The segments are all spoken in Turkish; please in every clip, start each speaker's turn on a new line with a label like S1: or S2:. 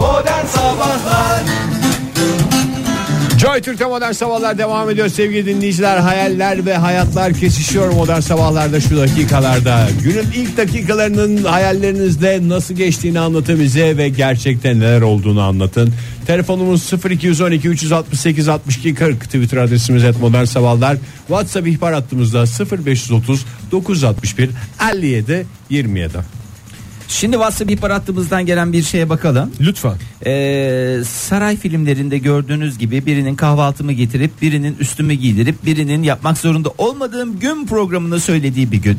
S1: Modern Sabahlar
S2: Joy Türk'te modern sabahlar devam ediyor sevgili dinleyiciler. Hayaller ve hayatlar kesişiyor modern sabahlarda şu dakikalarda. Günün ilk dakikalarının hayallerinizde nasıl geçtiğini anlatın bize ve gerçekten neler olduğunu anlatın. Telefonumuz 0212 368 62 40 Twitter adresimiz et modern sabahlar. WhatsApp ihbar hattımızda 0530 961 57 27.
S3: Şimdi WhatsApp ihbar hattımızdan gelen bir şeye bakalım.
S4: Lütfen.
S3: Ee, saray filmlerinde gördüğünüz gibi birinin kahvaltımı getirip birinin üstümü giydirip birinin yapmak zorunda olmadığım gün programını söylediği bir gün.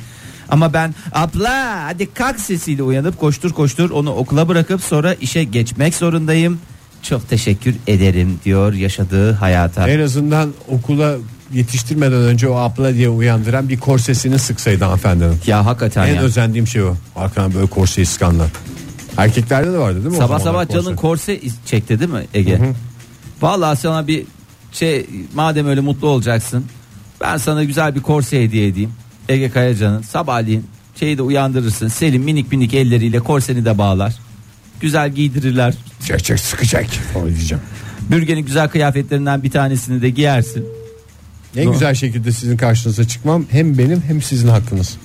S3: Ama ben abla hadi kalk sesiyle uyanıp koştur koştur onu okula bırakıp sonra işe geçmek zorundayım. Çok teşekkür ederim diyor yaşadığı hayata.
S2: En azından okula yetiştirmeden önce o abla diye uyandıran bir korsesini sıksaydı hanımefendinin.
S3: Ya hakikaten
S2: En
S3: ya.
S2: özendiğim şey o. Arkadan böyle korseyi sıkanlar. Erkeklerde de vardı değil mi? o
S3: Sabah
S2: zamanlar
S3: sabah canın korse is- çekti değil mi Ege? Vallahi sana bir şey madem öyle mutlu olacaksın. Ben sana güzel bir korse hediye edeyim. Ege Kayacan'ın sabahleyin şeyi de uyandırırsın. Selim minik minik elleriyle korseni de bağlar. Güzel giydirirler.
S2: Çek çek sıkacak. Onu diyeceğim.
S3: Bürgenin güzel kıyafetlerinden bir tanesini de giyersin.
S2: En güzel şekilde sizin karşınıza çıkmam hem benim hem sizin hakkınız.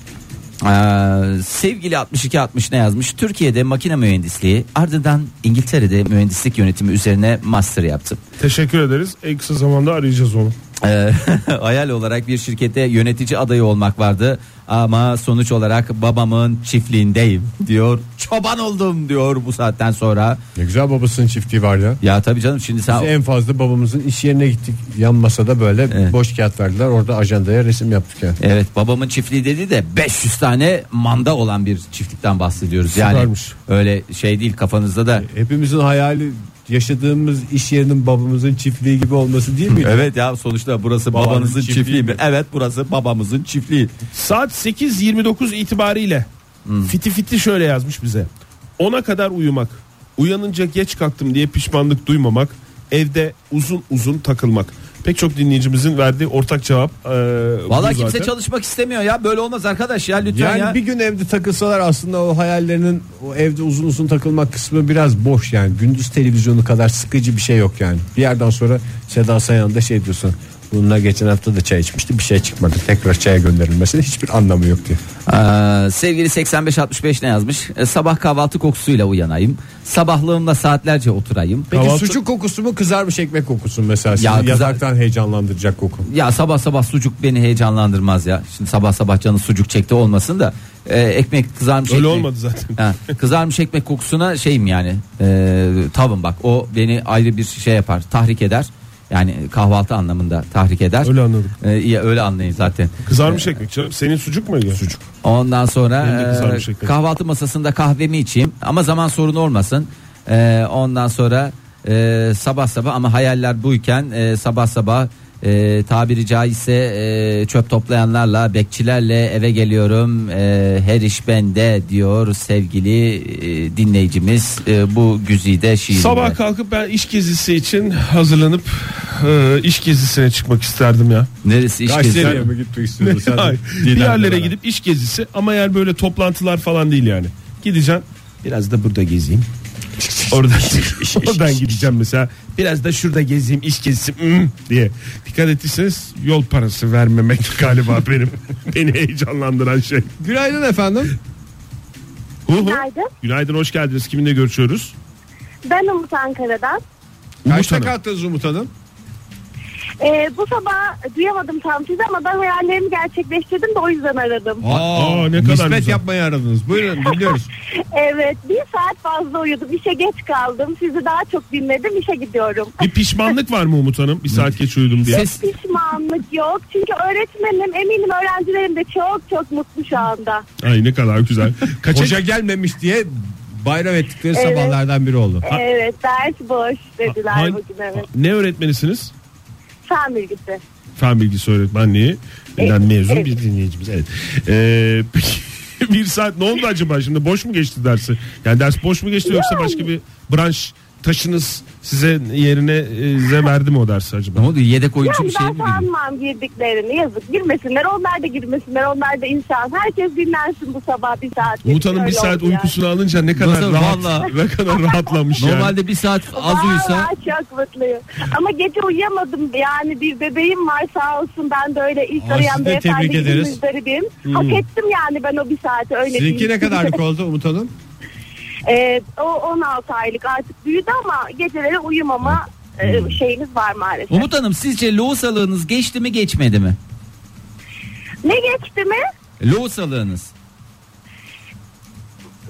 S3: Ee, sevgili 62 60 ne yazmış? Türkiye'de makine mühendisliği ardından İngiltere'de mühendislik yönetimi üzerine master yaptım.
S4: Teşekkür ederiz. En kısa zamanda arayacağız onu.
S3: Ee, hayal olarak bir şirkette yönetici adayı olmak vardı ama sonuç olarak babamın çiftliğindeyim diyor. Çoban oldum diyor bu saatten sonra.
S2: Ne güzel babasının çiftliği var ya.
S3: Ya tabii canım şimdi sen
S2: Biz en fazla babamızın iş yerine gittik. Yan masada böyle
S3: Evet.
S2: boş kağıt verdiler. Orada ajandaya resim yaptık yani.
S3: Evet babamın çiftliği dedi de 500 tane manda olan bir çiftlikten bahsediyoruz. Yani
S2: Süpermiş. Ee,
S3: öyle şey değil kafanızda da.
S2: Hepimizin hayali yaşadığımız iş yerinin babamızın çiftliği gibi olması değil mi?
S3: Evet ya sonuçta burası
S2: Babanın
S3: babanızın
S2: çiftliği
S3: çiftliği, mi? Evet burası babamızın çiftliği.
S4: Saat 8.29 itibariyle
S3: Hmm.
S4: fiti fiti şöyle yazmış bize. Ona kadar uyumak, uyanınca geç kalktım diye pişmanlık duymamak, evde uzun uzun takılmak. Pek çok dinleyicimizin verdiği ortak cevap. E, bu
S3: Vallahi kimse
S4: zaten.
S3: çalışmak istemiyor ya böyle olmaz arkadaş ya lütfen
S2: Yani
S3: ya.
S2: bir gün evde takılsalar aslında o hayallerinin o evde uzun uzun takılmak kısmı biraz boş yani. Gündüz televizyonu kadar sıkıcı bir şey yok yani. Bir yerden sonra Seda Sayan da şey diyorsun. Bununla geçen hafta da çay içmişti bir şey çıkmadı. Tekrar çaya gönderilmesinin hiçbir anlamı yok diye.
S3: Ee, sevgili 8565 ne yazmış? E, sabah kahvaltı kokusuyla uyanayım. Sabahlığımla saatlerce oturayım.
S2: Peki
S4: Kahvaltı-
S2: sucuk kokusu mu kızarmış ekmek kokusu mu mesela? Sizi
S3: Ya kızar-
S2: yataktan heyecanlandıracak koku.
S3: Ya sabah sabah sucuk beni heyecanlandırmaz ya. Şimdi sabah sabah canı sucuk çekti olmasın da e, ekmek kızarmış
S4: Öyle
S3: ekmek.
S4: olmadı zaten.
S3: Ha, kızarmış ekmek kokusuna şeyim yani. E, tavım bak o beni ayrı bir şey yapar, tahrik eder. Yani kahvaltı anlamında tahrik eder.
S4: Öyle anladım.
S3: E, iyi, öyle anlayın zaten.
S4: Kızarmış ekmek canım. Senin sucuk mu Ege? Sucuk.
S3: Ondan sonra
S4: Benim de kızarmış
S3: e,
S4: ekmek.
S3: kahvaltı masasında kahvemi içeyim ama zaman sorunu olmasın. E, ondan sonra e, sabah sabah ama hayaller buyken e, sabah sabah e, tabiri caizse e, çöp toplayanlarla bekçilerle eve geliyorum E, her iş bende diyor sevgili e, dinleyicimiz E, bu güzide şiirinde.
S4: Sabah kalkıp ben iş gezisi için hazırlanıp e, iş gezisine çıkmak isterdim ya.
S3: Neresi iş gezisi?
S2: Nereye mi gitmek istiyorsun sen?
S4: Hayır.
S2: Didem'le
S4: Bir yerlere
S2: beraber.
S4: gidip iş gezisi ama yer böyle toplantılar falan değil yani. Gideceğim biraz da burada gezeyim. Oradan, oradan gideceğim mesela. Biraz da şurada gezeyim iş gezisi hmm, diye. Dikkat ettiyseniz yol parası vermemek galiba benim beni heyecanlandıran şey.
S2: Günaydın efendim.
S4: Hu hu.
S5: Günaydın.
S4: Günaydın hoş geldiniz. Kiminle görüşüyoruz?
S5: Ben Umut Ankara'dan.
S4: Umut
S2: Kaçta
S4: Hanım.
S2: kalktınız Umut Hanım?
S5: Ee, bu sabah duyamadım tam sizi ama ben hayallerimi gerçekleştirdim de o yüzden aradım.
S4: Aa, ne kadar
S2: nispet
S4: güzel.
S2: yapmayı aradınız. Buyurun dinliyoruz.
S5: Evet bir saat fazla uyudum işe geç kaldım sizi daha çok dinledim işe gidiyorum.
S4: Bir pişmanlık var mı Umut Hanım? Bir saat geç uyudum diye.
S3: Ses,
S5: Pişmanlık yok çünkü öğretmenim eminim öğrencilerim de çok çok mutlu şu anda.
S4: Ay ne kadar güzel. Kaça
S2: Hoca gelmemiş diye bayram ettikleri
S5: Evet.
S2: sabahlardan biri oldu.
S5: Evet ders boş dediler
S4: Hangi-
S5: bugün evet.
S4: Ne öğretmenisiniz?
S5: Fen bilgisi.
S4: Fen bilgisi öğretmenliği
S1: E,
S4: neden mezun
S5: evet.
S4: bir dinleyicimiz. Evet. Ee, peki bir saat ne oldu acaba şimdi boş mu geçti dersi? Yani ders boş mu geçti yoksa
S5: Yani.
S4: başka bir branş taşınız size yerine e, size verdi mi o dersi acaba?
S3: Ne oldu yedek oyuncu
S1: Yani
S3: bir şey mi
S1: ben
S3: girdi?
S1: sanmam girdiklerini yazık. Girmesinler onlar da girmesinler onlar da inşallah. Herkes dinlensin bu sabah bir saat.
S4: Umut Hanım bir
S1: Öyle
S4: saat
S1: oldu yani.
S4: uykusunu alınca ne kadar
S3: Nasıl?
S4: rahat,
S3: Vallahi.
S4: ne kadar rahatlamış yani.
S3: Normalde bir saat az
S1: Vallahi
S3: uyusa
S1: çok mutluyum. Ama gece uyuyamadım. Yani bir bebeğim var sağ olsun. Ben de öyle ilk
S2: Aa, sizi
S1: arayan
S2: de
S1: beyefendi
S2: tebrik
S1: gibi
S2: ederiz. Hmm.
S1: müzdaribim. Hak ettim yani ben o bir saati öyle
S2: Sizinki
S1: diyeyim.
S2: ne kadarlık oldu Umut Hanım?
S1: Ee, o 16 aylık artık büyüdü ama geceleri uyumama
S2: Hmm.
S1: e, şeyimiz var maalesef.
S3: Umut Hanım sizce lohusalığınız geçti mi geçmedi mi?
S1: Ne geçti mi?
S3: Lohusalığınız.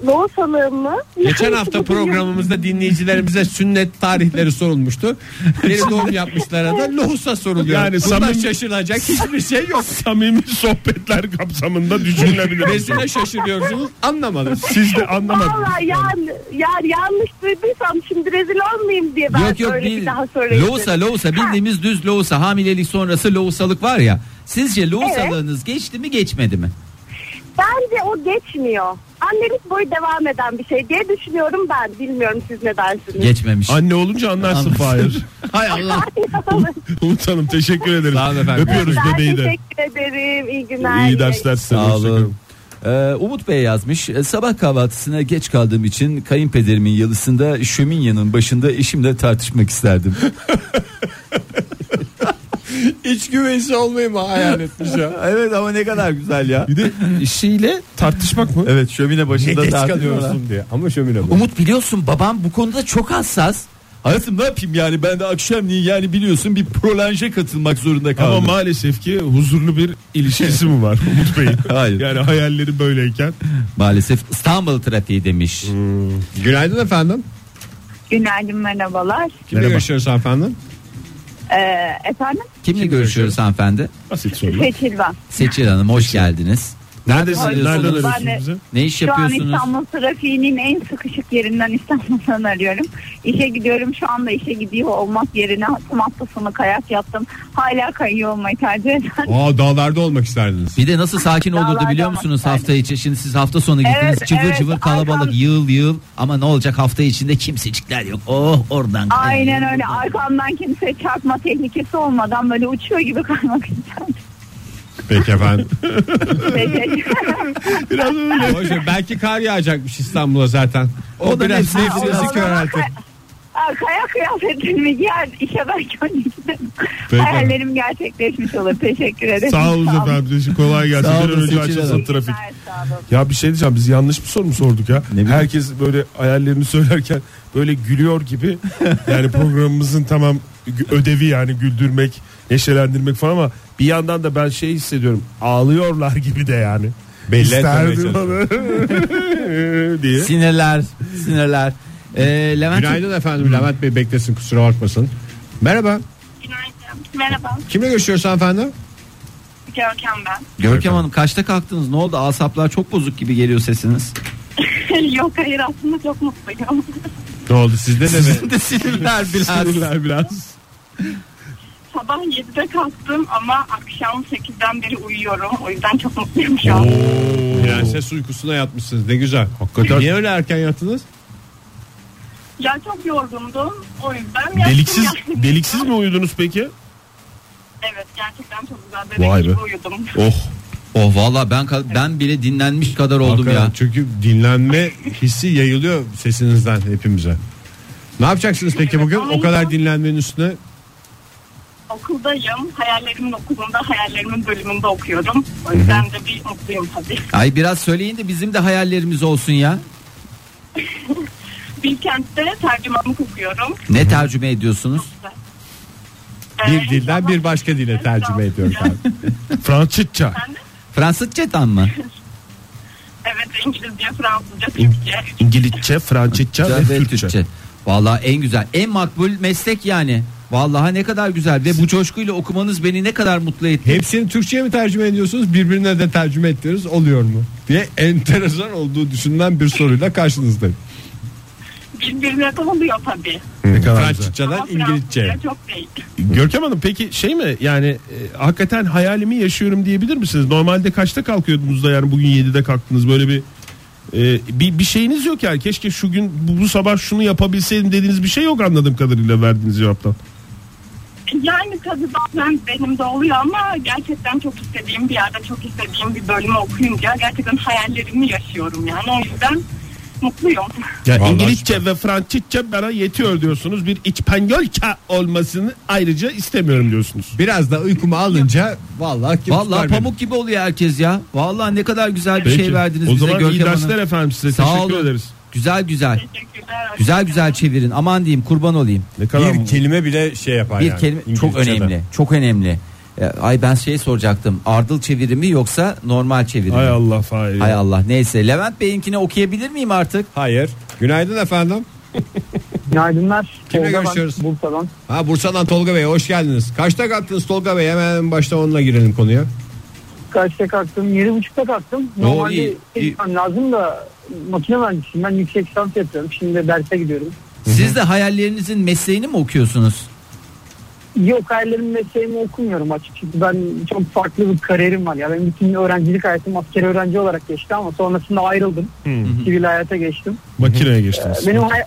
S1: Loğusalığım mı?
S2: Geçen hafta programımızda dinleyicilerimize sünnet tarihleri sorulmuştu. Benim doğum yapmışlara da lohusa soruluyor.
S4: Yani
S2: Yani
S4: samimi-
S2: şaşılacak hiçbir şey yok.
S4: Samimi sohbetler kapsamında düşünülebilir.
S2: Nesine şaşırıyorsunuz anlamadınız.
S4: Siz de anlamadınız.
S1: Valla yan, yan, yanlış duyduysam şimdi rezil olmayayım diye ben
S3: yok yok
S1: öyle
S3: bil,
S1: bir daha söyleyeyim.
S3: lohusa lohusa bildiğimiz düz lohusa hamilelik sonrası lohusalık var ya. Sizce lohusalığınız geçti mi geçmedi mi?
S1: Bence o geçmiyor. Annelik boyu devam eden bir şey diye düşünüyorum ben. Bilmiyorum siz ne dersiniz.
S3: Geçmemiş.
S4: Anne olunca anlarsın
S3: Anlarsın.
S4: Fahir.
S2: Hay Allah.
S4: Umut Hanım teşekkür ederim.
S2: Sağ olun efendim.
S4: Öpüyoruz
S1: ben
S4: bebeği de.
S1: teşekkür ederim. İyi günler.
S4: İyi dersler size.
S3: Sağ
S4: Hoşça kalın.
S3: olun. Ee, Umut Bey yazmış "E, sabah kahvaltısına geç kaldığım için kayınpederimin yalısında şöminyanın başında eşimle tartışmak isterdim.
S2: İç güveysi olmayı mı hayal etmiş ya?
S3: evet ama ne kadar güzel ya.
S4: Bir de işiyle tartışmak mı?
S3: Evet şömine
S2: Ne
S3: başında
S2: geç
S3: tartışıyorlar.
S2: kalıyorsun diye. Ama şömine bak.
S3: Umut biliyorsun babam bu konuda çok hassas. Hayatım ne yapayım yani ben de akşamleyin yani biliyorsun bir prolanje katılmak zorunda
S4: Ama
S3: kaldım.
S4: maalesef ki huzurlu bir ilişkisi mi var Umut Bey'in?
S3: Hayır.
S4: Yani hayalleri böyleyken.
S3: Maalesef İstanbul trafiği demiş.
S2: Günaydın efendim.
S6: Günaydın merhabalar.
S2: Kimle
S4: Merhaba.
S2: görüşüyoruz efendim?
S6: Ee, efendim
S3: Kimle görüşüyoruz hanımefendi?
S4: Basit sorular.
S6: Seçil ben.
S3: Seçil Hanım hoş geldiniz.
S4: Neredesiniz?
S3: Hayır,
S4: Nereden
S3: sorular.
S4: arıyorsunuz
S6: Ben de-
S4: bizi?
S3: Ne iş
S6: Şu an
S3: yapıyorsunuz?
S6: İstanbul trafiğinin en sıkışık yerinden İstanbul'dan arıyorum. İşe gidiyorum şu anda işe gidiyor olmak yerine tüm hafta sonu kayak yaptım. Hala kayıyor olmayı tercih eden.
S2: Aa dağlarda olmak isterdiniz.
S3: Bir de nasıl sakin olurdu
S6: Dağlarda
S3: biliyor
S6: ama
S3: musunuz
S6: yani.
S3: hafta içi? Şimdi siz hafta sonu gittiniz
S6: Evet,
S3: cıvıl
S6: evet,
S3: cıvıl kalabalık
S6: arkam-
S3: yığıl yığıl ama ne olacak hafta içinde kimsecikler yok. Oh oradan
S6: Aynen öyle
S3: Buradan.
S6: arkamdan kimse çarpma tehlikesi olmadan böyle uçuyor gibi kaymak istedim.
S2: Peki efendim.
S4: Biraz öyle.
S2: Hoş, belki kar yağacakmış İstanbul'a zaten. O,
S3: O da
S2: biraz
S3: nefsini-
S2: nefsinizi
S6: Ha, o-
S2: köreltir.
S6: Aa, Kayak kıyafetlerimi giyer işe belki önce giderim.
S4: Peki.
S6: Hayallerim gerçekleşmiş olur. Teşekkür ederim.
S4: Sağ olun
S6: olun.
S4: efendim. Teşekkür- Kolay gelsin.
S3: Sağ
S4: Bir an
S3: olun,
S4: önce
S3: Seçil
S4: açılsın
S3: Hanım.
S4: trafik.
S6: Sağ olun.
S4: Ya bir şey diyeceğim biz yanlış bir soru mu sorduk ya?
S3: bileyim.
S4: Herkes böyle hayallerini söylerken böyle gülüyor gibi. Yani programımızın tamam gü- ödevi yani güldürmek, neşelendirmek falan ama bir yandan da ben şey hissediyorum. Ağlıyorlar gibi de yani.
S2: Belli etmemeye
S4: İsterdim onu. diye.
S3: Sinirler sinirler. Ee, Levent
S2: Günaydın
S4: Hmm.
S2: efendim. Levent Bey beklesin kusura bakmasın. Merhaba.
S1: Merhaba.
S2: Kimle görüşüyoruz efendim?
S1: Görkem ben.
S3: Görkem Hanım kaçta kalktınız ne oldu asaplar çok bozuk gibi geliyor sesiniz.
S1: Yok hayır aslında çok mutluyum.
S2: Ne oldu sizde de mi?
S3: Sizin de sinirler biraz.
S4: Sinirler biraz.
S1: Sabah 7'de kalktım ama akşam 8'den beri uyuyorum. O yüzden çok mutluyum şu an.
S2: Prenses uykusuna yatmışsınız ne güzel.
S4: Hakikaten.
S2: Niye öyle erken yattınız?
S1: Ya çok yorgundum. O yüzden yattım
S4: Deliksiz,
S1: yani.
S4: deliksiz mi uyudunuz peki?
S1: Evet gerçekten çok güzel. Bebek
S4: Vay
S1: gibi
S4: be.
S1: uyudum.
S4: Oh.
S3: Oh valla ben ka- ben bile dinlenmiş kadar oldum
S2: Hakikaten,
S3: ya.
S2: Çünkü dinlenme hissi yayılıyor sesinizden hepimize. Ne yapacaksınız peki bugün? O kadar dinlenmenin üstüne
S1: Okuldayım. Hayallerimin okulunda, hayallerimin bölümünde okuyorum. O yüzden de bir mutluyum tabii.
S3: Ay biraz söyleyin de bizim de hayallerimiz olsun ya.
S1: Bilkent'te tercümanlık okuyorum.
S3: Ne tercüme ediyorsunuz?
S1: Ee,
S2: bir dilden
S1: inşallah-
S2: bir başka dile tercüme ediyorum abi.
S4: Fransızca.
S3: Fransızca'dan mı?
S1: Evet İngilizce, Fransızca, Türkçe.
S4: İngilizce, Fransızca ve Türkçe.
S3: Valla en güzel, en makbul meslek yani. Vallahi ne kadar güzel ve bu coşkuyla okumanız beni ne kadar mutlu etti.
S2: Hepsini Türkçe'ye mi tercüme ediyorsunuz? Birbirine de tercüme ettiriyoruz oluyor mu? Diye enteresan olduğu düşünülen bir soruyla karşınızdayım.
S1: Birbirine de oluyor tabii.
S4: Ne kadar güzel.
S2: Fransızcadan
S1: Ama
S2: İngilizce.
S1: Fransızca çok değil.
S4: Görkem Hanım peki şey mi yani e, hakikaten hayalimi yaşıyorum diyebilir misiniz? Normalde kaçta kalkıyordunuz da yani bugün 7'de kalktınız böyle bir Ee, bir, bir şeyiniz yok yani. Keşke şu gün bu, bu sabah şunu yapabilseydim dediğiniz bir şey yok anladığım kadarıyla verdiğiniz cevaptan.
S7: Yani tabii bazen benim de oluyor ama gerçekten çok istediğim bir yerde çok istediğim bir bölümü okuyunca gerçekten hayallerimi yaşıyorum yani. O yüzden mutluyum.
S4: Yani
S2: Vallahi
S4: İngilizce ve Fransızca bana yetiyor diyorsunuz. Bir İspanyolca olmasını ayrıca istemiyorum diyorsunuz.
S2: Biraz da uykumu alınca vallahi kim tutar
S3: Vallahi
S2: beni?
S3: pamuk gibi oluyor herkes ya. Vallahi ne kadar güzel bir
S4: Peki.
S3: şey verdiniz
S4: o
S3: bize
S4: zaman iyi
S3: Görkem Hanım.
S4: dersler efendim size.
S3: Sağ
S4: Teşekkür
S3: olun.
S4: ederiz.
S3: Güzel güzel.
S7: Teşekkürler.
S3: Güzel güzel çevirin. Aman diyeyim kurban olayım.
S4: Ne kadar
S2: bir kelime bile şey yapar
S3: Bir
S2: yani,
S3: kelime çok
S2: İngilizce'den.
S3: önemli. Çok önemli. E, Ay ben şey soracaktım. Ardıl çevirimi yoksa normal çevirimi?
S4: Hay Allah Fahir.
S3: Hay Allah. Neyse Levent Bey'inkini okuyabilir miyim artık?
S2: Hayır. Günaydın efendim.
S8: Günaydınlar.
S2: Kimle
S8: Tolga ben,
S2: görüşüyoruz?
S8: Bursa'dan.
S2: Ha Bursa'dan Tolga Bey hoş geldiniz. Kaçta kalktınız Tolga Bey? Hemen başta onunla girelim konuya.
S8: Kaçta kalktım? Yedi buçukta kalktım.
S3: Oo, iyi,
S8: Normalde
S3: iyi.
S8: gitmem lazım da makine mühendisiyim. Ben yüksek lisans yapıyorum. Şimdi de derse gidiyorum.
S3: Siz de hayallerinizin mesleğini mi okuyorsunuz?
S8: Yok hayallerim mesleğimi okumuyorum açıkçası. Ben çok farklı bir kariyerim var. Ya benim bütün öğrencilik hayatım askeri öğrenci olarak geçti ama sonrasında ayrıldım. Sivil hayata geçtim.
S4: Makineye
S8: Ee,
S4: geçtiniz.
S8: Benim hay-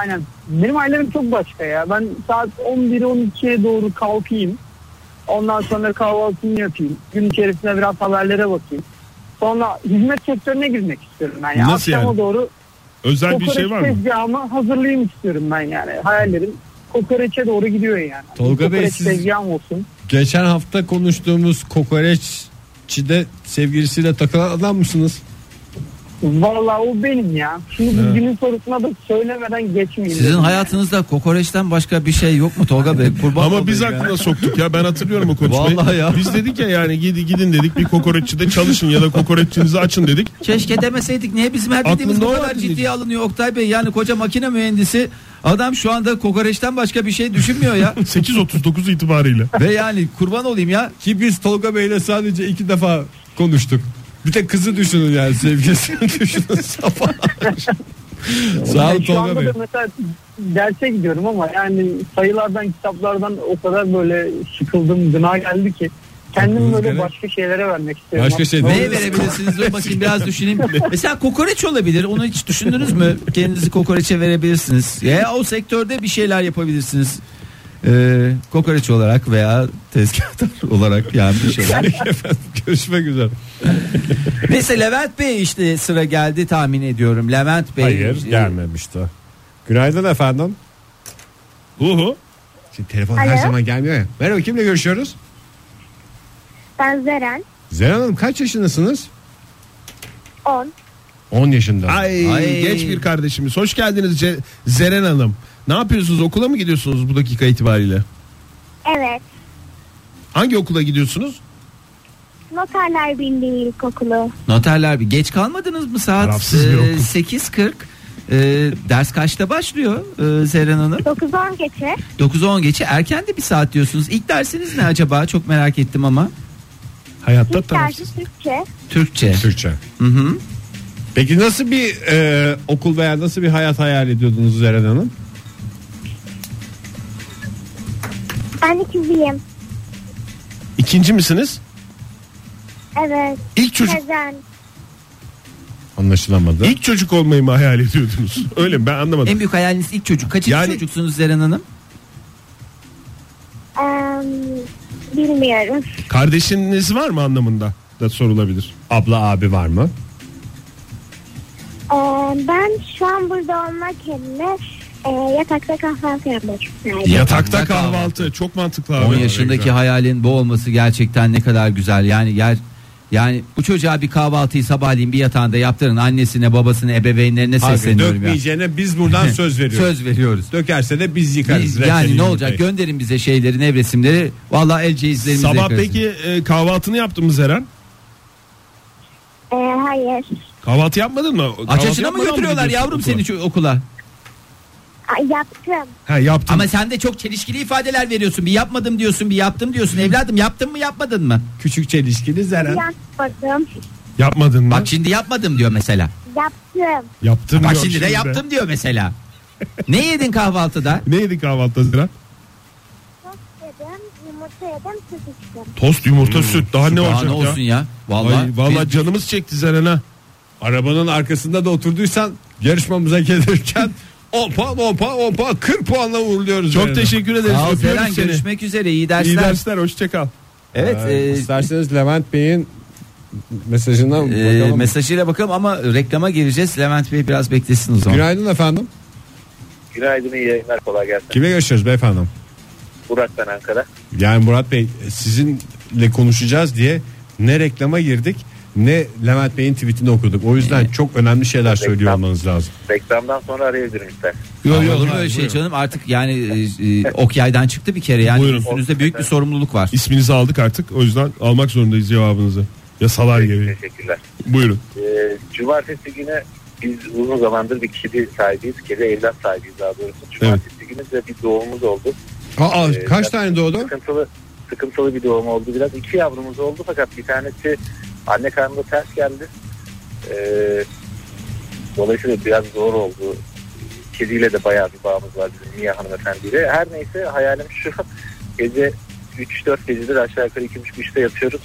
S8: aynen. Benim hayallerim çok başka ya. Ben saat 11-12'ye doğru kalkayım. Ondan sonra kahvaltımı yapayım. Gün içerisinde biraz haberlere bakayım. Sonra hizmet sektörüne girmek istiyorum ben. Yani.
S4: Nasıl
S8: Akşama
S4: yani?
S8: doğru
S4: Özel bir
S8: kokoreç
S4: şey var mı?
S8: tezgahımı hazırlayayım istiyorum ben yani. Hayallerim kokoreçe doğru gidiyor yani.
S2: Tolga Bey,
S8: Kokoreç
S2: siz-
S8: tezgahım olsun.
S2: Geçen hafta konuştuğumuz kokoreççide sevgilisiyle takılan adam mısınız?
S8: Vallahi o benim ya. Şimdi biz günün sorusuna da söylemeden geçmeyeyim.
S3: Sizin
S8: dedim.
S3: hayatınızda kokoreçten başka bir şey yok mu Tolga Bey? Kurban
S4: Ama
S3: olayım
S4: biz
S3: ya.
S4: aklına soktuk ya ben hatırlıyorum o konuşmayı.
S3: Vallahi ya.
S4: Biz dedik ya yani gidin, gidin dedik bir kokoreççide çalışın ya da kokoreççinizi açın dedik.
S3: Keşke demeseydik. Niye bizim her dediğimiz
S4: Aklında
S3: bu
S4: o
S3: kadar
S4: vardı
S3: ciddiye
S4: dedi.
S3: alınıyor Oktay Bey? Yani koca makine mühendisi adam şu anda kokoreçten başka bir şey düşünmüyor ya.
S4: 8.39 itibariyle.
S3: Ve yani kurban olayım ya.
S2: Ki biz Tolga Bey'le sadece iki defa konuştuk. Bir de kızı düşünün yani sevgilisini düşünün. Sabah. Sağ olun
S8: Yani şu
S2: Tolga
S8: anda
S2: Bey.
S8: da mesela derse gidiyorum ama yani sayılardan kitaplardan o kadar böyle sıkıldım gına geldi ki kendim
S2: Aklınız
S8: böyle
S2: gerek.
S8: başka şeylere vermek istiyorum.
S2: Başka şey
S8: Aslında.
S2: değil.
S3: Neye verebilirsiniz? Dur bakayım biraz düşüneyim. Mesela kokoreç olabilir. Onu hiç düşündünüz mü? Kendinizi kokoreçe verebilirsiniz. Ya o sektörde bir şeyler yapabilirsiniz. Ee, kokoreç olarak veya tezgahtar olarak yani bir şeyler.
S2: Efendim, Görüşmek üzere.
S3: Neyse Levent Bey işte sıra geldi tahmin ediyorum. Levent Bey.
S2: Hayır
S3: Ee,
S2: gelmemişti. Günaydın efendim.
S4: Uhu.
S2: Şimdi telefon her
S5: Alo.
S2: zaman gelmiyor ya. Merhaba kimle görüşüyoruz?
S5: Ben Zeren
S2: Zeren Hanım kaç yaşındasınız?
S5: 10.
S2: 10 yaşında.
S4: Ay,
S3: Ay.
S4: genç bir kardeşimiz. Hoş geldiniz Ce- Zeren Hanım. Ne yapıyorsunuz okula mı gidiyorsunuz bu dakika itibariyle?
S5: Evet.
S4: Hangi okula gidiyorsunuz?
S5: Noterler Birliği İlkokulu.
S3: Noterler bir geç kalmadınız mı saat
S4: Tarafsız bir
S3: e,
S4: okul.
S3: 8.40 E, ders kaçta başlıyor e, Zeren Hanım?
S5: 9-10 geçe.
S3: 9-10 geçe erken de bir saat diyorsunuz. İlk dersiniz ne acaba? Çok merak ettim ama.
S4: Hayatta
S5: İlk
S4: tarafsız.
S5: dersi Türkçe.
S3: Türkçe.
S2: Türkçe.
S3: Hı hı.
S2: Peki nasıl bir e, okul veya nasıl bir hayat hayal ediyordunuz Zeren Hanım?
S5: Ben ikiziyim.
S4: İkinci misiniz?
S5: Evet.
S4: İlk çocuk
S5: Sezen.
S2: Anlaşılamadı.
S4: ilk çocuk olmayı mı hayal ediyordunuz? Öyle mi? Ben anlamadım.
S3: En büyük hayaliniz ilk çocuk. Kaçıncı
S4: Yani-
S3: çocuksunuz Zeren Hanım?
S5: Eee, bilmiyorum.
S4: Kardeşiniz var mı anlamında da sorulabilir.
S2: Abla abi var mı?
S5: Eee, ben şu an burada olmak yerine eee, yatakta kahvaltı yapmak isterdim.
S4: Yatakta
S3: kahvaltı.
S4: kahvaltı. Çok mantıklı abi.
S3: 10 yaşındaki hayalin bu olması gerçekten ne kadar güzel. Yani yer yani bu çocuğa bir kahvaltıyı sabahleyin bir yatağında yaptırın. Annesine, babasına, ebeveynlerine
S2: Abi
S3: sesleniyorum ya.
S2: dökmeyeceğine biz buradan söz veriyoruz.
S3: Söz veriyoruz.
S2: Dökerse de biz yıkarız.
S3: Biz,
S2: Reçeli
S3: yani ne olacak?
S2: yumurtayı.
S3: Gönderin bize şeyleri, ev resimleri. Vallahi el ceyizlerimizi
S4: Sabah
S3: yakarız.
S4: peki e, kahvaltını yaptın mı Zeren?
S5: Eee, E, hayır.
S4: Kahvaltı yapmadın mı? Kahvaltı
S3: Aç açına mı
S4: yapmadan
S3: götürüyorlar
S4: gidiyorsun
S3: yavrum
S4: okula?
S3: seni şu okula?
S5: Ay, yaptım.
S4: Ha yaptın.
S3: Ama sen de çok çelişkili ifadeler veriyorsun. Bir yapmadım diyorsun, bir yaptım diyorsun. Evladım yaptın mı, yapmadın mı?
S2: Küçük çelişkili Zeren.
S5: Yapmadım.
S4: Yapmadın mı?
S3: Bak şimdi yapmadım diyor mesela.
S5: Yaptım.
S4: yaptım.
S3: Bak
S4: diyor
S3: şimdi de yaptım diyor mesela. Ne yedin kahvaltıda?
S4: Ne yedin kahvaltıda Zeren?
S5: Tost yedim, yumurta yedim, süt içtim.
S4: Tost, yumurta, süt. Daha ne
S3: Daha
S4: olacak
S3: ne
S4: ya?
S3: Hmm, olsun ya?
S4: Ay,
S3: Vallahi,
S4: vallahi
S3: biz-
S4: canımız çekti Zeren ha.
S2: Arabanın arkasında da oturduysan yarışmamıza gelirken 10 puan 10 puan 10 puan 40 puanla uğurluyoruz.
S4: Çok
S2: yani.
S4: teşekkür ederiz.
S3: Sağ ol
S4: Öpüyoruz
S3: Seren
S4: seni.
S3: görüşmek üzere iyi dersler.
S4: İyi dersler hoşçakal.
S3: Evet
S2: Ee,
S3: e,
S2: isterseniz Levent Bey'in mesajına
S3: e,
S2: bakalım.
S3: mesajıyla bakalım ama reklama gireceğiz. Levent Bey biraz beklesin o zaman.
S2: Günaydın efendim.
S9: Günaydın iyi yayınlar kolay gelsin.
S2: Kime görüşüyoruz beyefendi?
S9: Burak ben Ankara.
S2: Yani Murat Bey sizinle konuşacağız diye ne reklama girdik ne Levent Bey'in tweetini okuduk. O yüzden çok önemli şeyler söylüyor
S9: reklam.
S2: olmanız lazım.
S9: Reklamdan sonra arayabilirim ister.
S3: Yok yok
S2: Buyurun,
S3: böyle şey
S2: buyurun.
S3: canım artık yani e, e, ok yaydan çıktı bir kere yani
S4: Buyurun.
S3: üstünüzde büyük bir sorumluluk var.
S4: İsminizi aldık artık o yüzden almak zorundayız cevabınızı. Yasalar gereği.
S9: Teşekkürler.
S4: Buyurun.
S9: Ee, cumartesi günü biz uzun zamandır bir kişi sahibiyiz. Kedi evlat sahibiyiz daha doğrusu. Cumartesi günü de bir doğumumuz oldu.
S2: Aa,
S9: Ee,
S2: kaç
S9: ya-
S2: tane doğdu?
S9: Sıkıntılı, sıkıntılı bir doğum oldu biraz. İki yavrumuz oldu fakat bir tanesi anne karnında ters geldi. Ee, dolayısıyla biraz zor oldu. Kediyle de bayağı bir bağımız var bizim Mia hanımefendiyle. Her neyse hayalim şu gece 3-4 gecedir aşağı yukarı 2.30-3'te yatıyoruz.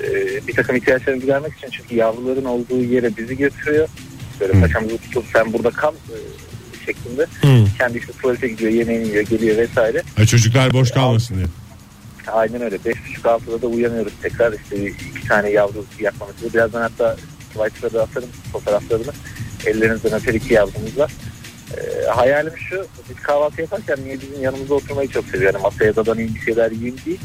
S9: Ee, bir takım ihtiyaçlarını gidermek için çünkü yavruların olduğu yere bizi götürüyor. Böyle paçamızı tutup sen burada kal e, şeklinde. Kendi işte tuvalete gidiyor, yemeğini yiyor, geliyor vesaire.
S2: Ay, çocuklar boş kalmasın diye.
S9: Aynen öyle. Beş buçuk altıda da uyanıyoruz tekrar. işte iki tane yavru yakmamız gibi. Birazdan hatta Twitter'a da atarım fotoğraflarını. Ellerinizden öper iki yavrumuz var. Ee, hayalim şu, biz kahvaltı yaparken niye bizim yanımızda oturmayı çok seviyor. Yani masaya dadan iyi bir şeyler yiyeyim değil.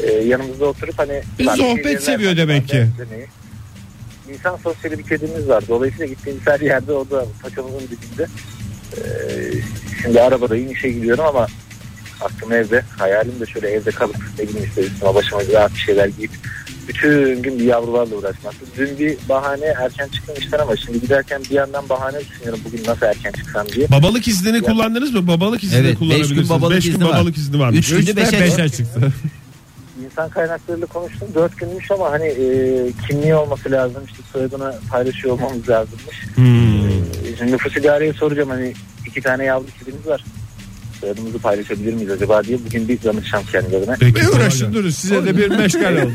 S9: Ee, yanımızda oturup hani...
S2: Bir
S9: Ben
S2: sohbet
S9: şeylerden-
S2: seviyor demek ki.
S9: Demeyi. İnsan hani sosyali bir kedimiz var. Dolayısıyla gittiğimiz her yerde o da paçamızın dibinde. Ee, şimdi arabadayım işe gidiyorum ama aklım evde. Hayalim de şöyle evde kalıp ne bileyim işte üstüme başıma rahat bir şeyler giyip bütün gün bir yavrularla uğraşması. Dün bir bahane erken çıktım işten ama şimdi giderken bir yandan bahane düşünüyorum bugün nasıl erken çıksam diye.
S4: Babalık iznini kullandınız mı? Babalık izni
S3: Evet, beş
S4: de
S3: gün
S4: kullanabilirsiniz.
S3: babalık
S4: Beş
S3: izni var.
S4: babalık izni var.
S3: Üç günde beşer
S2: Beşler çıktı.
S9: İnsan kaynaklarıyla konuştum. Dört günmüş ama hani e, kimliği olması lazım. işte soyadını paylaşıyor olmamız lazımmış.
S4: Hmm.
S9: E, Şimdi nüfus idareye soracağım hani iki tane yavru kedimiz var. Soyadımızı paylaşabilir miyiz acaba diye bugün bir danışacağım kendilerine.
S2: Bir uğraşın durun size de bir meşgale oldu.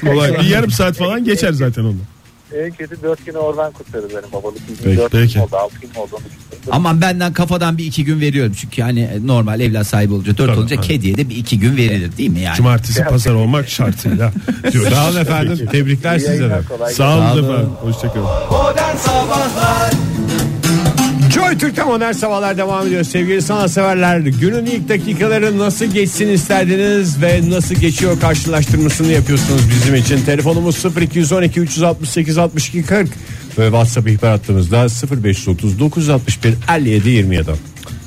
S4: Kolay. Bir yarım saat falan geçer zaten onu.
S9: En kötü 4 günü oradan kutlarız yani babalık
S4: Peki,
S9: izni 4
S4: peki.
S9: gün oldu 6 gün oldu. onu kutlarız.
S3: Aman benden kafadan bir iki gün veriyorum çünkü hani normal evlat sahibi olunca dört
S4: Tabii,
S3: olunca
S4: evet.
S3: kediye de bir iki gün verilir değil mi yani?
S4: Cumartesi pazar olmak şartıyla. diyor.
S2: Sağ olun efendim. Tebrikler
S9: İyi
S2: size de.
S9: yayınlar, kolay
S4: Sağ
S3: Sağ
S4: olun
S3: olun.
S4: efendim. Hoşçakalın.
S2: Joy Türk'te modern sabahlar devam ediyor. Sevgili sanatseverler günün ilk dakikaları nasıl geçsin isterdiniz ve nasıl geçiyor karşılaştırmasını yapıyorsunuz bizim için. Telefonumuz 0212 368 62 40 ve WhatsApp ihbar hattımızda 0530 961 57 27.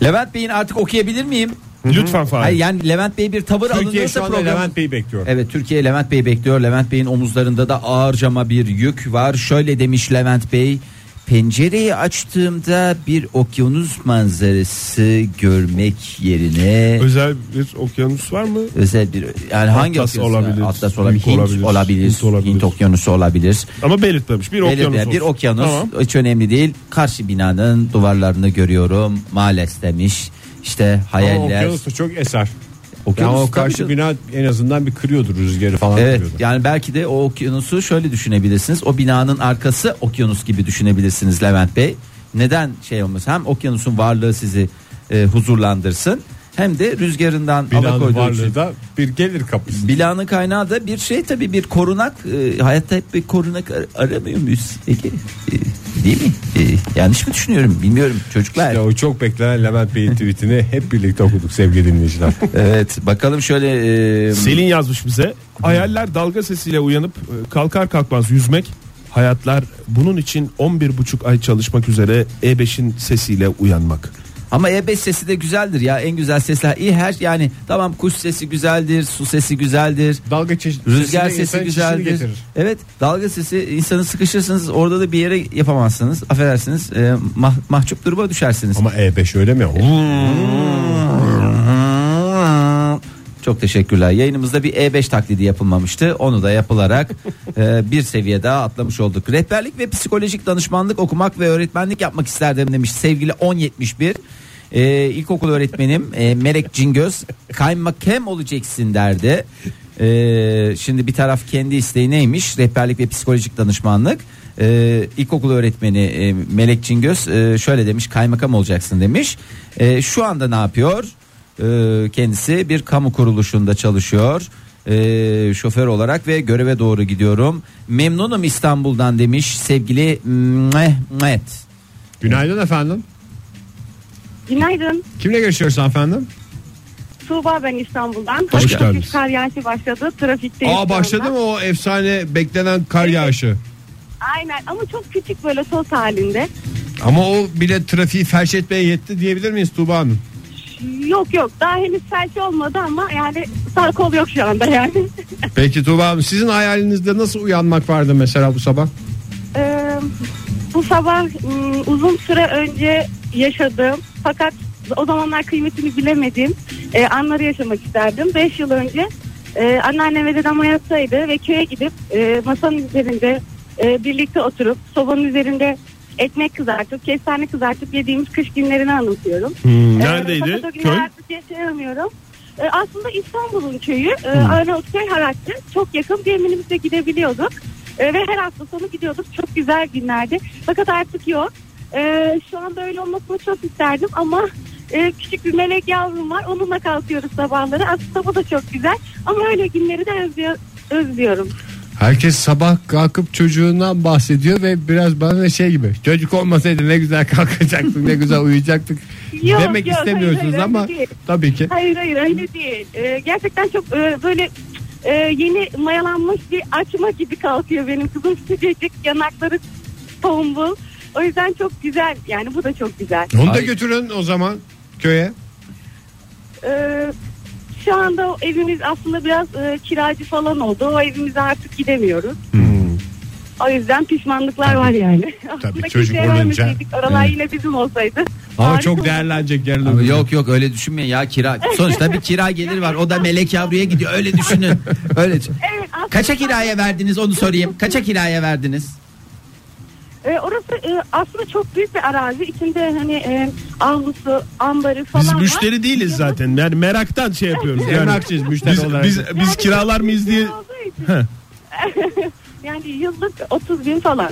S3: Levent Bey'in artık okuyabilir miyim?
S4: Lütfen Fahri.
S3: Hayır yani Levent Bey bir tavır
S2: Türkiye şu
S3: alınırsa
S2: anda
S3: program.
S2: Levent Bey'i bekliyor.
S3: Evet Türkiye Levent Bey bekliyor. Levent Bey'in omuzlarında da ağırcama bir yük var. Şöyle demiş Levent Bey. Pencereyi açtığımda bir okyanus manzarası görmek yerine
S4: Özel bir okyanus var mı?
S3: özel bir yani hangi
S4: Atlas
S3: okyanus?
S4: olabilir,
S3: Atlas olabilir,
S4: Hint
S3: Hint olabilir,
S4: olabilir, Hint olabilir.
S3: Hint okyanusu olabilir.
S4: Ama belirtmemiş. Bir
S3: Belirleyen
S4: okyanus.
S3: bir
S4: olsun.
S3: okyanus
S4: Tamam.
S3: hiç önemli değil. Karşı binanın duvarlarını görüyorum. Maalesef demiş. İşte
S2: Ama
S3: hayaller.
S2: okyanus da çok eser.
S3: Okyanus
S2: Yani o
S3: tabii
S2: karşı
S3: canım.
S2: bina en azından bir kırıyordur rüzgarı falan
S3: Evet
S2: kırıyordur.
S3: yani belki de o okyanusu şöyle düşünebilirsiniz. O binanın arkası okyanus gibi düşünebilirsiniz Levent Bey. Neden şey olmaz? Hem okyanusun varlığı sizi e, huzurlandırsın hem de rüzgarından
S2: Binanın
S3: alakoyduğu için.
S2: varlığı da bir gelir kapısı.
S3: Binanın kaynağı da bir şey tabii bir korunak. E, hayatta hep bir korunak ar- aramıyor muyuz? Ege? E, değil mi? E, yanlış mı düşünüyorum bilmiyorum çocuklar.
S2: Ya o çok beklenen Levent Bey'in tweetini hep birlikte okuduk sevgili dinleyiciler.
S3: Evet bakalım şöyle e,
S4: Selin yazmış bize. Hayaller dalga sesiyle uyanıp e, kalkar kalkmaz yüzmek. Hayatlar bunun için 11,5 ay çalışmak üzere E5'in sesiyle uyanmak.
S3: Ama E5 sesi de güzeldir ya en güzel sesler. İyi her şey yani tamam kuş sesi güzeldir, su sesi güzeldir.
S2: Dalga çeşit
S3: Rüzgar sesi güzeldir. Evet dalga sesi insanı sıkışırsınız orada da bir yere yapamazsınız. Affedersiniz e, mah- mahcup duruma düşersiniz.
S2: Ama E5 öyle mi?
S3: Çok teşekkürler. Yayınımızda bir E5 taklidi yapılmamıştı. Onu da yapılarak e, bir seviye daha atlamış olduk. Rehberlik ve psikolojik danışmanlık okumak ve öğretmenlik yapmak isterdim demiş sevgili 1071. E, ilkokul öğretmenim e, Melek Cingöz kaymakam olacaksın derdi. E, şimdi bir taraf kendi isteği neymiş? Rehberlik ve psikolojik danışmanlık. Ee, ilkokul öğretmeni e, Melek Cingöz e, şöyle demiş kaymakam olacaksın demiş. E, şu anda ne yapıyor? E, kendisi bir kamu kuruluşunda çalışıyor. E, şoför olarak ve göreve doğru gidiyorum. Memnunum İstanbul'dan demiş sevgili Mehmet.
S2: Günaydın efendim.
S5: Günaydın.
S2: Kimle görüşüyoruz efendim?
S5: Tuğba ben İstanbul'dan.
S4: Hoş
S5: Hafif
S4: geldiniz.
S5: bir Kar yağışı başladı. Trafikteyiz.
S2: Aa
S5: şu
S2: başladı
S5: anda.
S2: mı o efsane beklenen kar yağışı?
S5: Aynen ama çok küçük böyle toz halinde.
S2: Ama o bile trafiği felç etmeye yetti diyebilir miyiz Tuğba Hanım?
S5: Yok yok daha henüz felç olmadı ama yani sağ kol yok şu anda yani.
S2: Peki Tuğba Hanım sizin hayalinizde nasıl uyanmak vardı mesela bu sabah?
S5: Ee, bu sabah mm, uzun süre önce yaşadığım fakat o zamanlar kıymetini bilemediğim e, anları yaşamak isterdim. 5 yıl önce e, anneannem ve dedem hayattaydı ve köye gidip e, masanın üzerinde e, birlikte oturup sobanın üzerinde ekmek kızartıp kestane kızartıp yediğimiz kış günlerini anlatıyorum.
S4: Hmm,
S5: Ee,
S4: neredeydi?
S5: fakat o günü
S4: Köy?
S5: artık yaşayamıyorum. Ee, aslında İstanbul'un köyü e, Arnavutköy Haratçı çok yakın gemilimizle gidebiliyorduk. Ee, ve her hafta sonu gidiyorduk. Çok güzel günlerdi. Fakat artık yok. Ee, şu anda öyle olmasını çok isterdim ama e, küçük bir melek yavrum var. Onunla kalkıyoruz sabahları. Aslında bu da çok güzel. Ama öyle günleri de özlüyor, özlüyorum.
S2: Herkes sabah kalkıp çocuğundan bahsediyor ve biraz bana şey gibi çocuk olmasaydı ne güzel kalkacaktık ne güzel uyuyacaktık
S5: Yok,
S2: demek
S5: yok, hayır,
S2: istemiyorsunuz
S5: hayır,
S2: ama
S5: öyle değil.
S2: tabii ki.
S5: Hayır hayır öyle değil. Ee, gerçekten çok e, böyle e, yeni mayalanmış bir açma gibi kalkıyor benim kızım sıcacık yanakları tombul. O yüzden çok güzel yani bu da çok güzel.
S2: Onu da
S3: Ay.
S2: götürün o zaman köye.
S5: Ee, şu anda o evimiz aslında biraz e, kiracı falan oldu. O evimize artık gidemiyoruz.
S4: Hmm.
S5: O yüzden pişmanlıklar var yani. Aslında
S2: çocuk
S5: kimseye
S2: olunca.
S5: vermeseydik, Oralar yine bizim olsaydı.
S2: Ama
S5: Harika
S2: çok
S5: olurdu.
S2: değerlenecek yarın öbür
S3: Abi
S2: gün.
S3: yok yok öyle düşünmeyin ya kira. Sonuçta bir kira gelir var. O da Melek Yavru'ya gidiyor. Öyle düşünün. Öyle. düşün-
S5: Evet, aslında-
S3: Kaça kiraya verdiniz onu sorayım. Kaça kiraya verdiniz?
S5: E, orası e, aslında çok büyük bir arazi. İçinde hani e, avlusu, ambarı falan
S4: Biz
S5: var.
S4: müşteri değiliz zaten. Yani meraktan şey yapıyoruz. Yani
S2: Emlakçıyız müşteri
S4: biz,
S2: olarak.
S4: biz, biz
S5: Yani
S4: kiralar mıyız diye.
S5: olduğu için.
S4: Heh.
S5: yani yıllık 30 bin falan.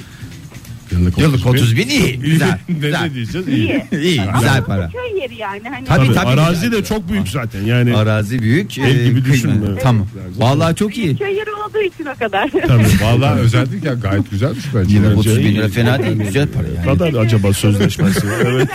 S3: Yıllık 30 bin iyi. Güzel. güzel.
S4: ne diyeceğiz?
S5: İyi.
S3: İyi güzel para.
S5: Köy yeri yani. Hani
S3: Tabii.
S4: Tabii, arazi
S3: güzel.
S4: de çok büyük zaten. Yani
S3: Arazi büyük.
S4: Ev
S3: e,
S4: gibi
S3: kıyma-
S4: düşünme.
S3: Tamam. Vallahi çok iyi.
S5: Köy yeri olduğu için o kadar.
S4: tabii.
S10: Vallahi özellikle ya gayet güzelmiş bence.
S4: şey Yine
S10: Bence
S3: 30 bin
S10: iyi.
S3: lira fena değil. Güzel para yani.
S4: Ne kadar acaba sözleşmesi? evet.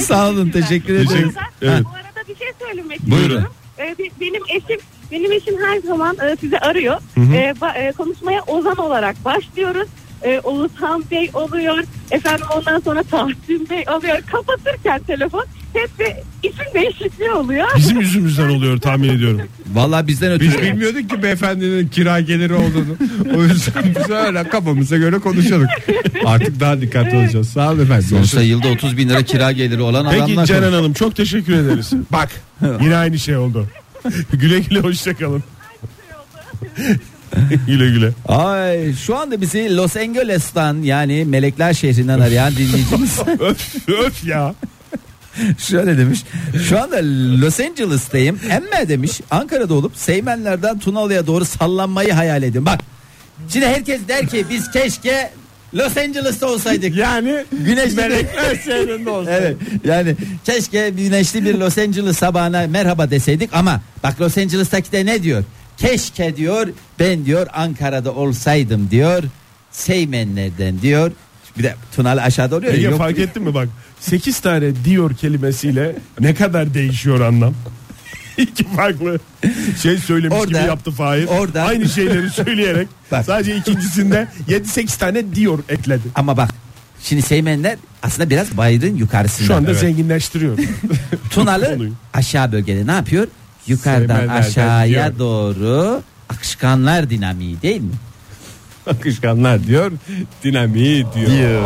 S3: Sağ olun teşekkür ederim.
S4: Evet.
S5: Bu arada bir şey söylemek
S4: Buyurun.
S5: istiyorum. E, be- benim eşim benim eşim her zaman e, sizi arıyor. E, ba- e, konuşmaya Ozan olarak başlıyoruz. E, Oğuzhan Bey oluyor. Efendim ondan sonra Tahsin Bey oluyor. Kapatırken telefon hep bir isim değişikliği oluyor.
S4: Bizim yüzümüzden oluyor tahmin ediyorum.
S3: Vallahi bizden
S2: Biz
S3: ötürü.
S2: bilmiyorduk ki beyefendinin kira geliri olduğunu. O yüzden biz öyle kafamıza göre konuşuyorduk. Artık daha dikkatli olacağız. Sağ olun efendim.
S3: Sonuçta yılda 30 bin lira kira geliri olan
S4: Peki
S3: adamlar.
S4: Ceren Hanım çok teşekkür ederiz. Bak yine aynı şey oldu. güle güle hoşçakalın. güle güle.
S3: Ay şu anda bizi Los Angeles'tan yani Melekler Şehri'nden arayan dinleyicimiz
S4: öf öf ya.
S3: şöyle demiş. Şu anda Los Angeles'tayım. Emme demiş Ankara'da olup Seymenler'den Tunalı'ya doğru sallanmayı hayal ediyorum. Bak şimdi herkes der ki biz keşke Los Angeles'ta olsaydık.
S2: Yani
S3: Güneşli Melekler Evet yani keşke güneşli bir Los Angeles sabahına merhaba deseydik ama bak Los Angeles'taki de ne diyor? Keşke diyor ben diyor Ankara'da olsaydım diyor. Seymenlerden diyor. Bir de Tunal aşağıda oluyor. ya,
S4: Ege
S3: yok-
S4: E, fark ettin mi bak 8 tane diyor kelimesiyle ne kadar değişiyor anlam. İki farklı şey söylemiş
S3: Orada-
S4: gibi yaptı Fahir.
S3: orada-
S4: Aynı şeyleri söyleyerek
S3: Bak.
S4: sadece ikincisinde 7-8 tane diyor ekledi.
S3: Ama bak şimdi Seymenler aslında biraz bayırın yukarısında.
S4: Şu anda zenginleştiriyor.
S3: Tunalı
S4: Konuyu.
S3: aşağı bölgede ne yapıyor? Yukarıdan
S2: Seymenlerden
S3: aşağıya
S2: diyor.
S3: doğru akışkanlar dinamiği değil mi?
S2: akışkanlar diyor, dinamiği diyor.
S4: Diyor.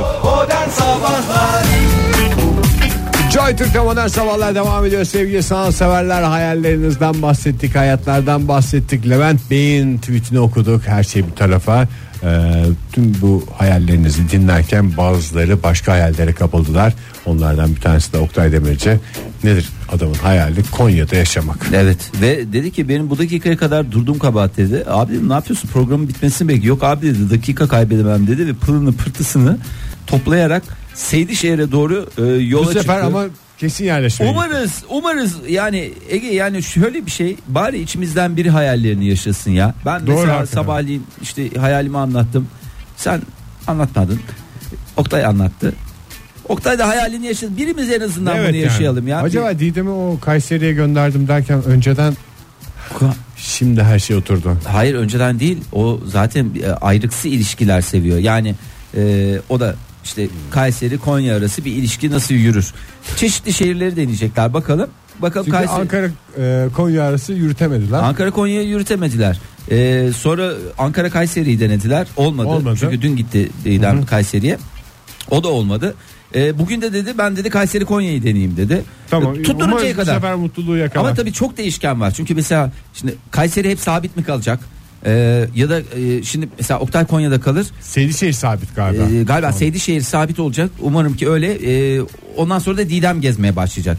S2: Joy Joy Türk'te modern sabahlar devam ediyor sevgili sanatseverler. Hayallerinizden bahsettik, hayatlardan bahsettik. Levent Bey'in tweetini okuduk her şey bir tarafa. Ee, tüm bu hayallerinizi dinlerken bazıları başka hayallere kapıldılar. Onlardan bir tanesi de Oktay Demirci. Nedir adamın hayali? Konya'da yaşamak.
S3: Evet ve dedi ki benim bu dakikaya kadar durdum kabahat dedi. Abi dedim, ne yapıyorsun programın bitmesini bekle. Yok abi dedi dakika kaybedemem dedi ve pırını pırtısını toplayarak Seydişehir'e doğru e, yola
S2: Bu sefer
S3: çıktı.
S2: ama kesin yerleşmeyi.
S3: Umarız umarız yani Ege yani şöyle bir şey bari içimizden biri hayallerini yaşasın ya. Ben
S2: Doğru,
S3: mesela
S2: hakikaten.
S3: sabahleyin işte hayalimi anlattım. Sen anlatmadın. Oktay anlattı. Oktay da hayalini yaşadı. Birimiz en azından bunu
S2: yani.
S3: yaşayalım ya.
S2: Acaba Didem'i o Kayseri'ye gönderdim derken önceden
S3: Bir-
S2: şimdi her şey oturdu.
S3: Hayır önceden değil o zaten e, ayrıksı ilişkiler seviyor yani e, o da işte Kayseri Konya arası bir ilişki nasıl yürür çeşitli şehirleri deneyecekler bakalım bakalım
S2: Çünkü
S3: Kayseri Ankara,
S2: Ankara e, Konya arası yürütemediler.
S3: Konya'yı yürütemediler E, sonra Ankara Kayseri'yi denediler olmadı,
S2: Olmadı.
S3: çünkü dün gitti Didem Kayseri'ye o da olmadı E, bugün de dedi ben dedi Kayseri Konya'yı deneyeyim dedi
S2: Tamam.
S3: E,
S2: Umarız
S3: tutturuncaya
S2: bu
S3: kadar
S2: sefer mutluluğu yakalar.
S3: ama tabii çok değişken var. Çünkü mesela şimdi Kayseri hep sabit mi kalacak? Ee, ya da e, şimdi mesela Oktay Konya'da kalır.
S2: Seydişehir
S4: şey
S2: sabit
S3: Ee,
S2: galiba.
S3: galiba Seydişehir sabit olacak. Umarım ki öyle. Ee, ondan sonra da Didem gezmeye başlayacak.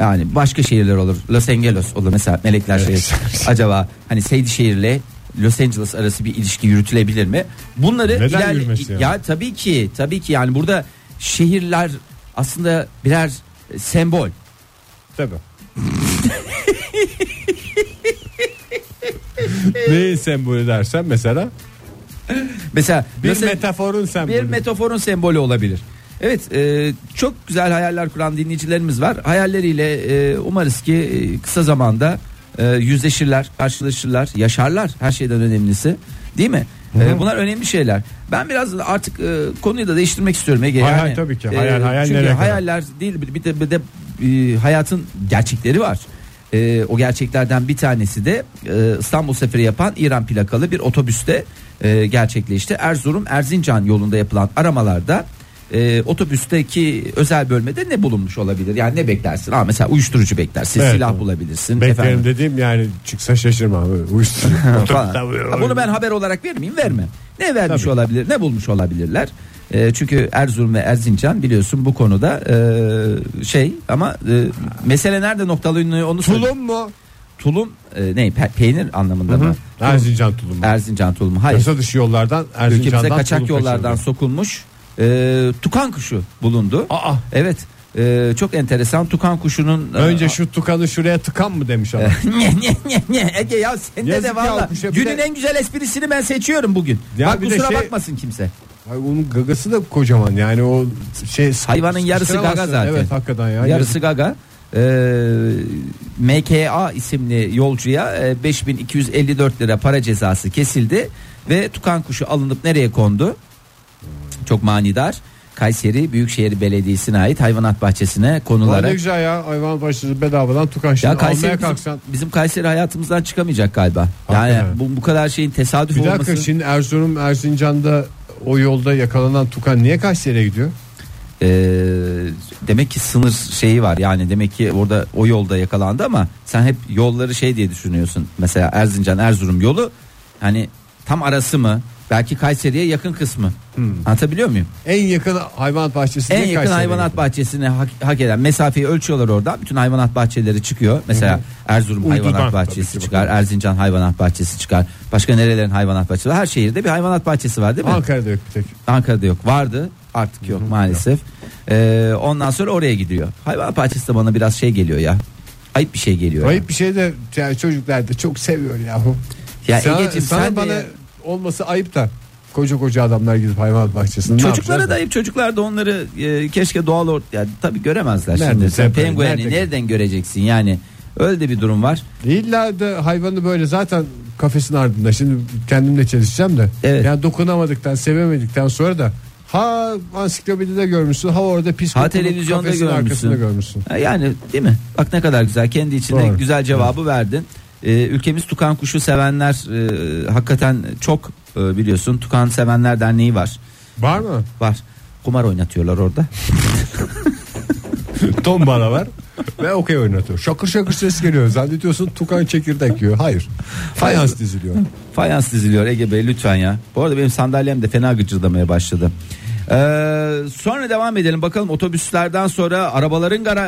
S3: Yani başka şehirler olur. Los Angeles olur mesela Melekler Şehri. Acaba hani Seydişehir'le Los Angeles arası bir ilişki yürütülebilir mi? Bunları
S2: Neden
S3: ilerle-
S2: yürümesi yani?
S3: ya tabii ki tabii ki yani burada şehirler aslında birer e, sembol.
S2: Tabii. Neyi sembolü dersen mesela
S3: Mesela
S2: bir
S3: Los An-
S2: metaforun sembolü.
S3: bir metaforun sembolü olabilir. Evet e, çok güzel hayaller kuran dinleyicilerimiz var. Hayalleriyle e, umarız ki e, kısa zamanda e, yüzleşirler, karşılaşırlar, yaşarlar her şeyden önemlisi değil mi? E, bunlar önemli şeyler. Ben biraz artık e, konuyu da değiştirmek istiyorum Ege.
S2: Hay
S3: yani, E,
S2: hay, tabii ki. Hayal, hayal
S3: çünkü
S2: nereye kadar?
S3: hayaller değil bir bir de, bir de e, hayatın gerçekleri var. E, o gerçeklerden bir tanesi de e, İstanbul seferi yapan İran plakalı bir otobüste e, gerçekleşti. Erzurum Erzincan yolunda yapılan aramalarda e, otobüsteki özel bölmede ne bulunmuş olabilir? Yani ne beklersin? Aa, mesela uyuşturucu beklersin,
S2: Evet,
S3: silah
S2: tamam.
S3: bulabilirsin.
S2: Beklerim
S3: efendim.
S2: dediğim yani çıksa şaşırma. Böyle Uyuşturucu.
S3: falan.
S2: Tabii.
S3: Ha, Bunu ben haber olarak vermeyeyim verme. Ne vermiş
S2: Tabii.
S3: olabilir ne bulmuş olabilirler. E, çünkü Erzurum ve Erzincan biliyorsun bu konuda e, şey ama e, mesele nerede noktalı onu söyle.
S2: Tulum mu?
S3: Tulum e, ne pe- peynir anlamında mı?
S2: Erzincan tulumu.
S3: Erzincan tulumu hayır.
S2: Yasa dışı yollardan
S3: Ülkemize
S2: Erzincan'dan
S3: kaçak
S2: tulum
S3: yollardan
S2: kaçırdı.
S3: sokulmuş e, tukan kuşu bulundu.
S2: Aa,
S3: Evet e, çok enteresan tukan kuşunun e,
S2: önce şu tukanı şuraya tıkan mı demiş adam.
S3: Ne, ne, ne, ne? Ege ya sende
S2: Yazık
S3: de
S2: ya,
S3: valla
S2: kuşa bir
S3: günün
S2: de-
S3: en güzel esprisini ben seçiyorum bugün.
S2: Ya
S3: Bak
S2: bir de
S3: kusura
S2: şey-
S3: bakmasın kimse.
S2: Ay, onun gagası da kocaman yani o şey
S3: Hayvanın yarısı gaga
S2: sıkıştıramazsın.
S3: zaten.
S2: Evet hakikaten ya.
S3: Yarısı Gaga e, MKA isimli yolcuya e, 5254 lira para cezası kesildi ve tukan kuşu alınıp nereye kondu? Çok manidar. Kayseri Büyükşehir Belediyesi'ne ait hayvanat bahçesine
S2: Ulan
S3: konularak.
S2: Ne güzel ya hayvan başları bedavadan tukan şimdi
S3: Ya
S2: almaya
S3: Kayseri bizim,
S2: kalksan.
S3: bizim Kayseri hayatımızdan çıkamayacak galiba. Yani
S2: Hakikaten.
S3: bu, bu kadar şeyin tesadüf
S2: Bir dakika
S3: olması.
S2: şimdi Erzurum Erzincan'da o yolda yakalanan tukan niye Kayseri'ye gidiyor?
S3: Ee, demek ki sınır şeyi var yani demek ki orada o yolda yakalandı ama sen hep yolları şey diye düşünüyorsun mesela Erzincan Erzurum yolu hani tam arası mı belki Kayseri'ye yakın kısmı anlatabiliyor muyum
S2: En yakın hayvanat bahçesi
S3: en
S2: Hmm. niye
S3: yakın
S2: Kayseri'ye
S3: hayvanat
S2: gidiyor?
S3: bahçesine hak, hak eden mesafeyi ölçüyorlar orada bütün hayvanat bahçeleri çıkıyor mesela Erzurum
S2: Uydudan
S3: hayvanat
S2: tabii
S3: bahçesi
S2: ki
S3: çıkar Erzincan hayvanat bahçesi çıkar başka nerelerin hayvanat bahçesi var? her şehirde bir hayvanat bahçesi var değil mi
S2: Ankara'da yok bir tek.
S3: Ankara'da yok vardı artık yok maalesef. Ee, ondan sonra oraya gidiyor. Hayvan bahçesi de bana biraz şey geliyor ya. Ayıp bir şey geliyor. ya.
S2: Ayıp bir şey de yani çocuklar da çok seviyor yahu.
S3: Ya
S2: sana,
S3: Egeciğim
S2: sana
S3: sen de
S2: bana
S3: ya.
S2: olması ayıp da koca koca adamlar gidip hayvanat bahçesinde
S3: Çocuklara da ayıp çocuklar da onları e, keşke doğal ort yani tabii göremezler
S2: Nerede
S3: şimdi. Sen
S2: sefer,
S3: pengueni
S2: nerede?
S3: nereden göreceksin yani? Öyle de bir durum var.
S2: İlla da hayvanı böyle zaten kafesin ardında şimdi kendimle çelişeceğim de.
S3: Evet.
S2: Yani dokunamadıktan sevemedikten sonra da ha ansiklopedide görmüşsün ha orada pis
S3: Ha
S2: kokunun
S3: televizyonda
S2: kafesin
S3: görmüşsün.
S2: arkasında görmüşsün.
S3: Ha, E, Yani değil mi? Bak ne kadar güzel. Kendi içinde
S2: Doğru.
S3: güzel cevabı verdin. Ee, ülkemiz tukan kuşu sevenler e, hakikaten çok e, biliyorsun. Tukan sevenler derneği var.
S2: Var mı?
S3: Var. Kumar oynatıyorlar orada.
S2: Tombala var ve okey oynatıyor. Şakır şakır ses geliyor. Zannediyorsun tukan çekirdek yiyor. Hayır. Fayans diziliyor.
S3: Fayans diziliyor Ege Bey lütfen ya. Bu arada benim sandalyem de fena gıcırdamaya başladı. Ee, sonra devam edelim bakalım otobüslerden sonra arabaların gara,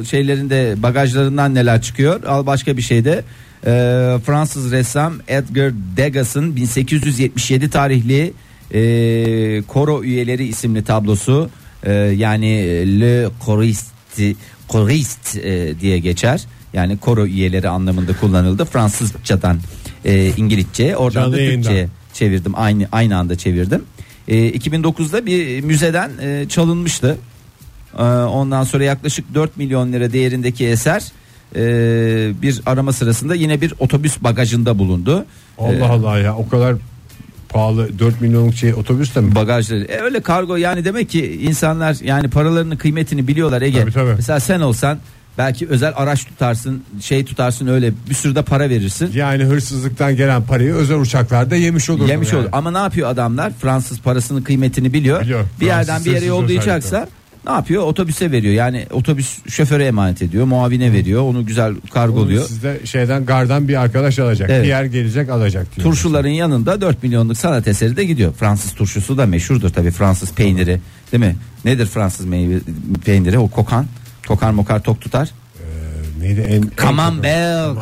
S3: e, şeylerinde bagajlarından neler çıkıyor. Al başka bir şey de Ee, Fransız ressam Edgar Degas'ın 1877 tarihli e, Koro Üyeleri isimli tablosu e, yani Le Coriste, Coriste e, diye geçer. Yani koro üyeleri anlamında kullanıldı. Fransızcadan e, İngilizce oradan
S11: Canlı
S3: da
S11: yayında.
S3: Türkçe çevirdim. Aynı aynı anda çevirdim. E, 2009'da bir müzeden e, çalınmıştı. E, ondan sonra yaklaşık 4 milyon lira değerindeki eser e, bir arama sırasında yine bir otobüs bagajında bulundu. E,
S2: Allah Allah ya o kadar pahalı 4 milyonluk şey otobüs de mi?
S3: bagajları. E öyle kargo yani demek ki insanlar yani paralarının kıymetini biliyorlar Ege.
S2: Tabii, tabii.
S3: Mesela sen olsan belki özel araç tutarsın, şey tutarsın öyle bir sürü de para verirsin.
S2: Yani hırsızlıktan gelen parayı özel uçaklarda yemiş olur.
S3: Yemiş olur. Ama ne yapıyor adamlar? Fransız parasının kıymetini biliyor.
S2: Biliyor.
S3: Bir
S2: Fransız
S3: yerden bir yere
S2: hırsız
S3: yollayacaksa ne yapıyor? Otobüse veriyor. Yani otobüs şoföre emanet ediyor, muavine veriyor. Onu güzel kargoluyor.
S2: Sizde şeyden gardan bir arkadaş alacak.
S3: Evet.
S2: Diğer gelecek alacak diyor.
S3: Turşuların yanında 4 milyonluk sanat eseri de gidiyor. Fransız turşusu da meşhurdur tabii. Fransız peyniri, değil mi? Nedir Fransız meyve, peyniri? O kokan, kokar mokar tok tutar.
S2: Neydi en
S3: Camembert,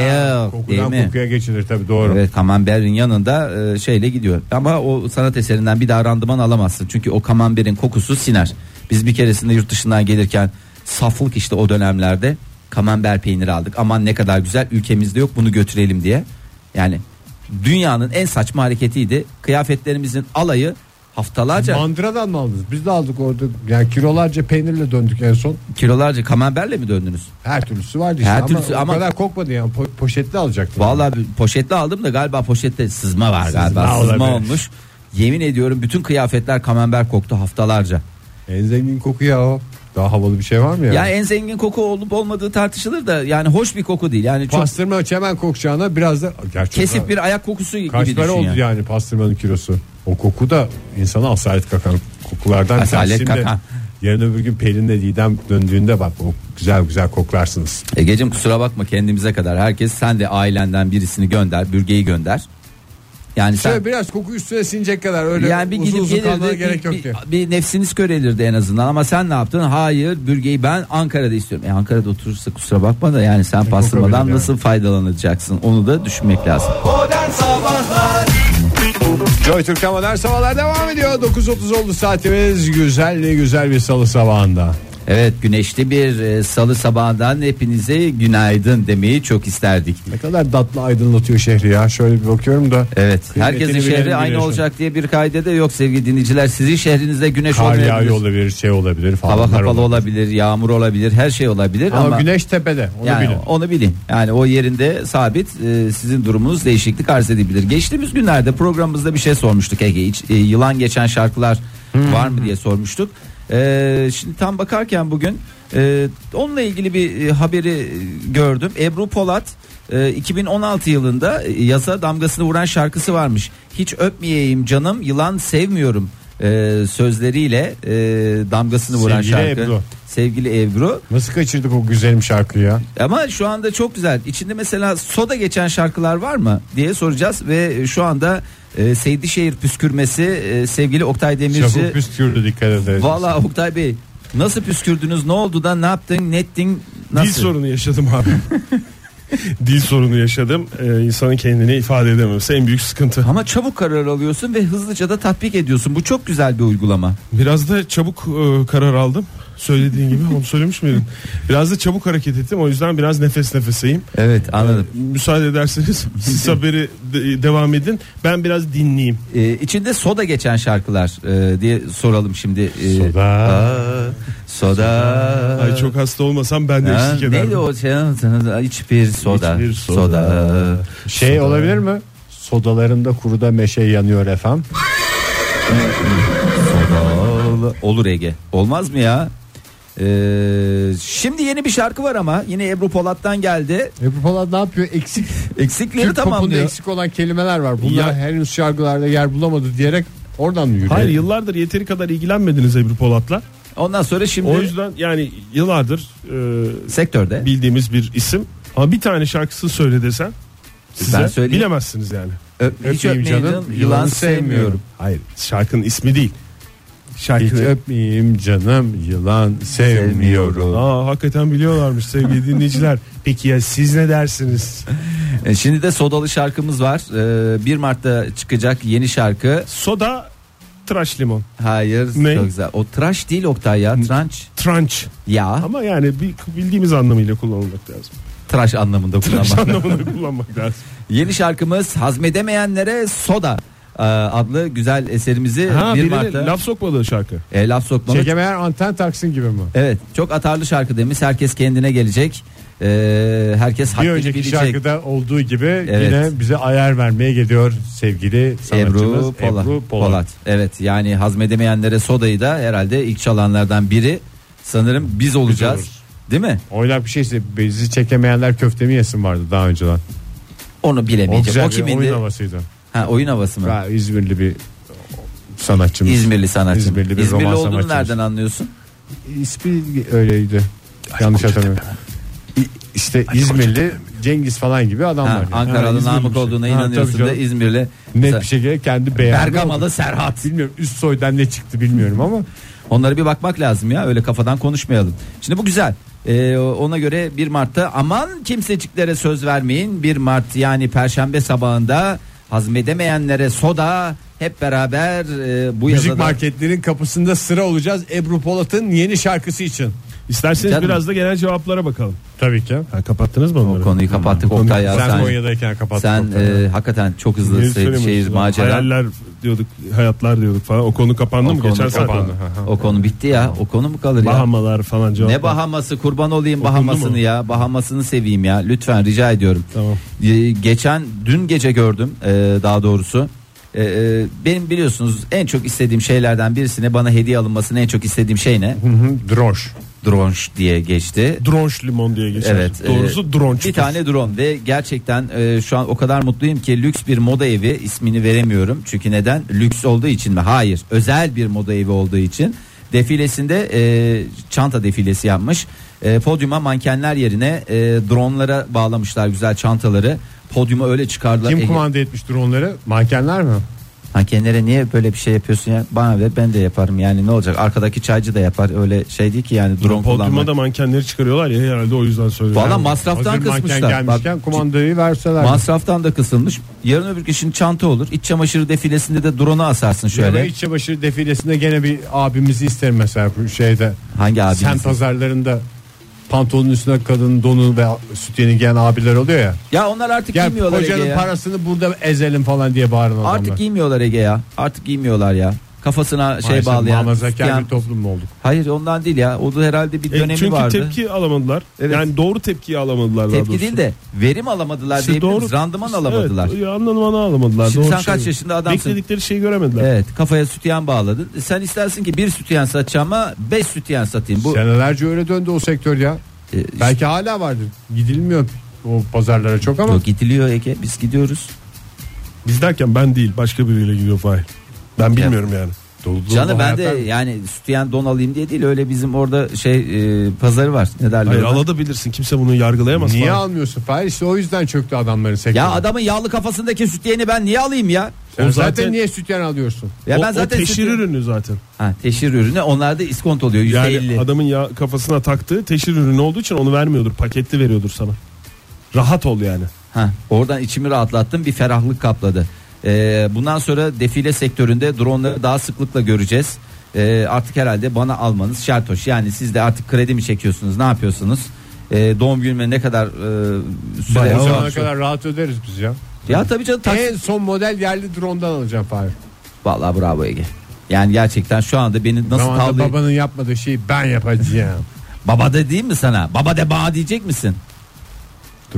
S3: camembert değil
S2: Kokudan
S3: mi?
S2: kokuya geçilir tabii doğru.
S3: Evet camembertin yanında e, şeyle gidiyor. Ama o sanat eserinden bir daha randıman alamazsın. Çünkü o camemberin kokusu siner. Biz bir keresinde yurt dışından gelirken saflık işte o dönemlerde camember peyniri aldık. Aman ne kadar güzel ülkemizde yok bunu götürelim diye. Yani dünyanın en saçma hareketiydi. Kıyafetlerimizin alayı haftalarca
S2: Mandıradan mı aldınız? Biz de aldık orada. Yani kilolarca peynirle döndük en son.
S3: kilolarca camemberle mi döndünüz?
S2: Her türlüsü vardı işte.
S3: Her
S2: ama,
S3: türlüsü
S2: o
S3: ama-
S2: kadar kokmadı yani. Po- poşetli alacaktım.
S3: Vallahi bir poşetle aldım da galiba poşette sızma var
S2: Sızma
S3: galiba. Sızma,
S2: olabilir.
S3: olmuş. Yemin ediyorum bütün kıyafetler kamember koktu haftalarca.
S2: En zengin koku ya o. Daha havalı bir şey var mı ya?
S3: Ya en zengin koku olup olmadığı tartışılır da yani hoş bir koku değil. Yani çok
S2: Pastırma çemen kokacağına biraz da gerçi o
S3: kesif
S2: da
S3: bir ayak kokusu
S2: kaç
S3: gibi
S2: para
S3: düşün
S2: oldu
S3: yani.
S2: yani. pastırmanın kilosu. O koku da insana asalet kakan kokulardan bir
S3: Asalet
S2: tanesi. Şimdi
S3: kakan.
S2: Yarın öbür gün Pelin'le Didem döndüğünde bak o güzel güzel koklarsınız.
S3: Egeciğim E, kusura bakma kendimize kadar herkes sen de ailenden birisini gönder, bürgeyi gönder. Yani sen
S2: Şöyle biraz koku üstüne sinecek kadar öyle
S3: yani bir
S2: uzun
S3: gidip
S2: uzun
S3: gelirdi
S2: kalmaya
S3: bir,
S2: gerek yok ki.
S3: bir, bir nefsiniz körelirdi en azından ama sen ne yaptın? Hayır bürgeyi ben Ankara'da istiyorum. E Ankara'da oturursa kusura bakma da yani
S2: E,
S3: sen pastırmadan
S2: kokabilir yani.
S3: nasıl faydalanacaksın onu da düşünmek lazım.
S2: Joy Türk'te modern sabahlar devam ediyor. 9.30 oldu saatimiz. Güzel ne güzel bir salı sabahında.
S3: Evet güneşli bir e, salı sabahından hepinize günaydın demeyi çok isterdik.
S2: Ne kadar tatlı aydınlatıyor şehri ya. Şöyle bir bakıyorum da.
S3: Evet
S2: Kıymetini
S3: herkesin
S2: bilelim
S3: şehri aynı
S2: güneşin.
S3: olacak diye bir kaide de yok sevgili dinleyiciler. Sizin şehrinizde güneş
S2: Kar
S3: olmayabilir.
S2: yağıyor olabilir, şey olabilir falan.
S3: Hava kapalı olabilir. yağmur olabilir, her şey olabilir ama,
S2: Ama, güneş tepede. Onu
S3: yani
S2: bilin.
S3: onu bilin. Yani o yerinde sabit e, sizin durumunuz değişiklik arz edebilir. Geçtiğimiz günlerde programımızda bir şey sormuştuk Ege. Hiç, e, yılan geçen şarkılar
S2: Hmm.
S3: var mı diye sormuştuk. E, şimdi tam bakarken bugün e, onunla ilgili bir e, haberi e, gördüm. Ebru Polat e, 2016 yılında e, yaza damgasını vuran şarkısı varmış. Hiç öpmeyeyim canım yılan sevmiyorum e, sözleriyle e, damgasını vuran
S2: Sevgili
S3: şarkı.
S2: Ebru.
S3: Sevgili Ebru.
S2: Nasıl kaçırdık o güzelim şarkıyı ya?
S3: Ama şu anda çok güzel. İçinde mesela soda geçen şarkılar var mı diye soracağız ve şu anda e, Seydişehir püskürmesi e, sevgili Oktay
S2: Çabuk
S3: Demirci.
S2: püskürdü dikkat ederiz.
S3: Valla Oktay Bey nasıl püskürdünüz? Ne oldu da ne yaptın? Ne ettin?
S4: Dil
S3: Nasıl?
S4: sorunu yaşadım abi. Dil sorunu yaşadım. Ee, insanın kendini ifade edememesi en büyük sıkıntı.
S3: Ama çabuk karar alıyorsun ve hızlıca da tatbik ediyorsun. Bu çok güzel bir uygulama.
S4: Biraz da çabuk e, karar aldım. Söylediğin gibi onu söylemiş miydim? Biraz da çabuk hareket ettim. O yüzden biraz nefes nefeseyim.
S3: Evet anladım.
S4: Müsaade ederseniz siz haberi de- devam edin. Ben biraz dinleyeyim.
S3: E, içinde soda geçen şarkılar e, diye soralım şimdi. E,
S2: Soda.
S3: aa, soda.
S4: Ay çok hasta olmasam ben de
S3: Ha,
S4: eşlik ederdim.
S3: neydi o şey? Hiçbir soda.
S4: Hiçbir
S3: soda.
S4: soda.
S2: Şey olabilir mi? Sodalarında kuruda meşe yanıyor efem.
S3: Ol- Olur Ege. Olmaz mı ya? Ee, şimdi yeni bir şarkı var ama yine Ebru Polat'tan geldi.
S2: Ebru Polat ne yapıyor? Eksik
S3: Eksikleri
S2: Türk popunda
S3: tamamlıyor.
S2: eksik olan kelimeler var. Bunlar
S4: Ya-
S2: henüz şarkılarda yer bulamadı diyerek oradan mı yürüyor?
S4: Hayır yıllardır yeteri kadar ilgilenmediniz Ebru Polat'la.
S3: Ondan sonra şimdi
S4: O yüzden yani yıllardır e,
S3: sektörde
S4: bildiğimiz bir isim. Ama bir tane şarkısını söyle desen size
S3: Ben söyleyeyim.
S4: bilemezsiniz yani.
S3: Ö- hiç
S10: Öpmeyeyim
S3: öpmeyeyim canım yılan sevmiyorum.
S4: Hayır şarkının ismi değil.
S10: Hiç
S4: Şarkının
S10: öpmeyeyim canım yılan sevmiyorum.
S4: Aa, hakikaten biliyorlarmış sevgili dinleyiciler. Peki ya siz ne dersiniz?
S3: E, Şimdi de sodalı şarkımız var. E, 1 Mart'ta çıkacak yeni şarkı.
S4: Soda tıraş limon.
S3: Hayır
S4: Ne?
S3: çok güzel. O tıraş değil Oktay ya. Tranç
S4: Tranç.
S3: ya.
S4: Ama yani bir, bildiğimiz anlamıyla kullanılmak lazım.
S3: Tıraş anlamında
S4: Tıraş
S3: kullanmak.
S4: anlamında kullanmak lazım.
S3: Yeni şarkımız Hazmedemeyenlere Soda e, adlı güzel eserimizi
S4: Ha,
S3: 1
S4: birine
S3: Mart'ta
S4: laf sokmadığı şarkı.
S3: E, laf sokmamız
S10: Çekemeyen anten taksın gibi mi?
S3: Evet çok atarlı şarkı demiş. Herkes kendine gelecek. Ee, herkes
S10: Bir
S3: haddini
S10: önceki
S3: bilecek.
S10: şarkıda olduğu gibi
S3: Evet.
S10: yine bize ayar vermeye geliyor sevgili sanatçımız
S3: şey. Ebru
S10: Ebru,
S3: Polat.
S10: Polat.
S3: Polat. Evet yani hazmedemeyenlere sodayı da herhalde ilk çalanlardan biri sanırım biz olacağız.
S10: oluruz.
S3: Değil mi?
S10: Oynak bir şeyse bizi çekemeyenler köftemi yesin vardı daha önceden.
S3: Onu
S10: O
S3: bilemeyeceğim.
S10: güzel
S3: O,
S10: bir
S3: kimindi?
S10: oyun havasıydı.
S3: Ha, oyun havası mı?
S10: Ben İzmirli bir sanatçımız.
S3: İzmirli sanatçı. mı?
S10: İzmirli bir roman
S3: olduğunu
S10: sanatçımız.
S3: nereden anlıyorsun?
S10: İsmi öyleydi. Yanlış hatırlamıyorum. İ- İşte İzmirli Cengiz falan gibi adamlar.
S3: Ha,
S10: yani. Ha,
S3: Ankara'lı
S10: İzmirli
S3: Namık
S10: bir şey.
S3: olduğuna
S10: Ha,
S3: inanıyorsun
S10: tabii
S3: da
S10: canım.
S3: İzmirli.
S10: Net
S3: Mesela
S10: bir şey. şekilde kendi beğendi.
S3: Bergamalı Serhat.
S10: Bilmiyorum üst soydan ne çıktı bilmiyorum ama
S3: Onlara bir bakmak lazım ya öyle kafadan konuşmayalım. Şimdi bu güzel. Ee, ona göre 1 Mart'ta aman kimseciklere söz vermeyin. 1 Mart yani perşembe sabahında hazmedemeyenlere soda hep beraber e, bu
S10: müzik
S3: yazada-
S10: marketlerin kapısında sıra olacağız Ebru Polat'ın yeni şarkısı için.
S4: İsterseniz
S3: Canım.
S4: biraz da genel cevaplara bakalım.
S10: Tabii ki.
S4: Ha, kapattınız mı
S3: O
S4: onları?
S3: konuyu kapattık Oktay ya.
S10: Sen
S3: Sen,
S10: Konya'dayken kapattık.
S3: sen
S10: Oktay.
S3: e, hakikaten çok
S4: Niye
S3: hızlı se- şehir
S4: söylemiyorsunuz?
S3: şey- macera.
S4: Hayaller diyorduk, hayatlar diyorduk falan. O konu kapandı
S3: O
S4: mı?
S3: konu
S4: Geçen saat
S3: kapandı.
S4: oldu.
S3: O konu bitti ya. O konu mu kalır ya?
S4: Bahamalar falan cevap.
S3: Ne Bahaması kurban olayım
S4: Okundu mu?
S3: Bahamasını ya Bahamasını seveyim ya lütfen rica ediyorum.
S4: Tamam.
S3: Ee, geçen dün gece gördüm e, daha doğrusu. E, e, benim biliyorsunuz en çok istediğim şeylerden birisine bana hediye alınmasını en çok istediğim şey ne?
S10: Hı hı, Droş.
S3: Dronş diye geçti.
S4: Dronş limon diye geçer.
S3: Evet. e,
S4: Doğrusu dronç.
S3: Bir tane drone ve gerçekten e, şu an o kadar mutluyum ki lüks bir moda evi ismini veremiyorum. Çünkü neden? Lüks olduğu için mi? Hayır. Özel bir moda evi olduğu için. Defilesinde e, çanta defilesi yapmış. E, podyuma mankenler yerine e, dronlara bağlamışlar güzel çantaları. Podyuma öyle çıkardılar.
S10: Kim
S3: E,
S10: kumanda etmiştir onları? Mankenler mi?
S3: Mankenlere niye böyle bir şey yapıyorsun ya? Bana ver ben de yaparım yani ne olacak? Arkadaki çaycı da yapar öyle şey değil ki yani drone
S4: Podyuma
S3: kullanmak.
S4: da mankenleri çıkarıyorlar ya herhalde o yüzden söylüyorum.
S3: Valla
S4: Yani
S3: masraftan
S10: Hazır manken
S3: kısmışlar. Bak,
S10: gelmişken kumandayı verseler.
S3: Masraftan da kısılmış. Yarın öbür gün şimdi çanta olur. İç çamaşırı defilesinde de drone'u asarsın şöyle.
S10: Şöyle. İç çamaşır defilesinde gene bir abimizi isterim mesela bu şeyde.
S3: Hangi abi?
S10: Sen pazarlarında pantolonun üstüne kadının donu ve sütyeni giyen abiler oluyor ya.
S3: Ya onlar artık
S10: Gel
S3: giymiyorlar Ege
S10: hocanın
S3: ya.
S10: parasını burada ezelim falan diye bağıran adamlar.
S3: Artık giymiyorlar Ege ya. Artık giymiyorlar ya. Kafasına şey
S10: Maalesef
S3: bağlayan.
S10: muhafazakar
S3: isteyen-
S10: bir toplum mu olduk?
S3: Hayır ondan değil ya. O da herhalde bir
S4: E,
S3: dönemi
S4: çünkü
S3: vardı. Tepki,
S4: tepki alamadılar.
S3: Evet.
S4: Yani doğru tepkiyi alamadılar. daha doğrusu.
S3: değil de verim alamadılar
S4: İşte
S3: diyebiliriz. Randıman
S4: İşte
S3: alamadılar.
S4: Evet, anlamını alamadılar.
S3: Şimdi
S4: doğru
S3: sen kaç yaşında adamsın?
S4: Bekledikleri şeyi göremediler.
S3: Evet kafaya sütyen bağladın. E, Sen istersin ki bir sütyen satacağım ama beş sütyen satayım. Bu
S10: Senelerce öyle döndü o sektör ya.
S3: E,
S10: Belki hala vardır. Gidilmiyor o pazarlara çok ama
S3: yok, gidiliyor Ege biz gidiyoruz.
S4: Biz derken ben değil başka biriyle gidiyor Fahir. Ben bilmiyorum yani.
S10: dolu dolu
S3: Canı ben de
S10: hayatlar-
S3: yani sütyen don alayım diye değil öyle bizim orada şey e, pazarı var ne derler
S4: Hayır
S3: ona?
S4: alabilirsin kimse bunu yargılayamaz.
S10: Niye
S4: Fahir.
S10: almıyorsun? Fahir işte o yüzden çöktü adamların sektörü.
S3: Ya adamın yağlı kafasındaki sütyeni ben niye alayım ya?
S10: Sen
S4: O
S10: zaten,
S4: zaten-
S10: niye sütyen alıyorsun?
S3: Ya
S4: o,
S3: ben zaten
S4: o teşhir
S3: sütyen-
S4: ürünü zaten.
S3: Ha, teşhir ürünü onlarda iskont oluyor
S4: Yani
S3: %50.
S4: adamın ya kafasına taktığı teşhir ürünü olduğu için onu vermiyordur. Paketli veriyordur sana. Rahat ol yani.
S3: Ha, oradan içimi rahatlattım bir ferahlık kapladı. Ee, bundan sonra defile sektöründe dronları daha sıklıkla göreceğiz. Ee, artık herhalde bana almanız şart hoş. Yani siz de artık kredi mi çekiyorsunuz ne yapıyorsunuz? Ee, doğum günüme ne kadar e, süre
S10: o
S3: var?
S10: zamana kadar rahat öderiz biz ya.
S3: Ya tabii canım taksi
S10: En son model yerli drondan alacağım Fahir.
S3: Vallahi bravo Ege. Yani gerçekten şu anda beni nasıl
S10: Zamanında
S3: tavlıyor? Baba...
S10: babanın yapmadığı şeyi ben yapacağım.
S3: de değil mi sana? Baba de bana diyecek misin?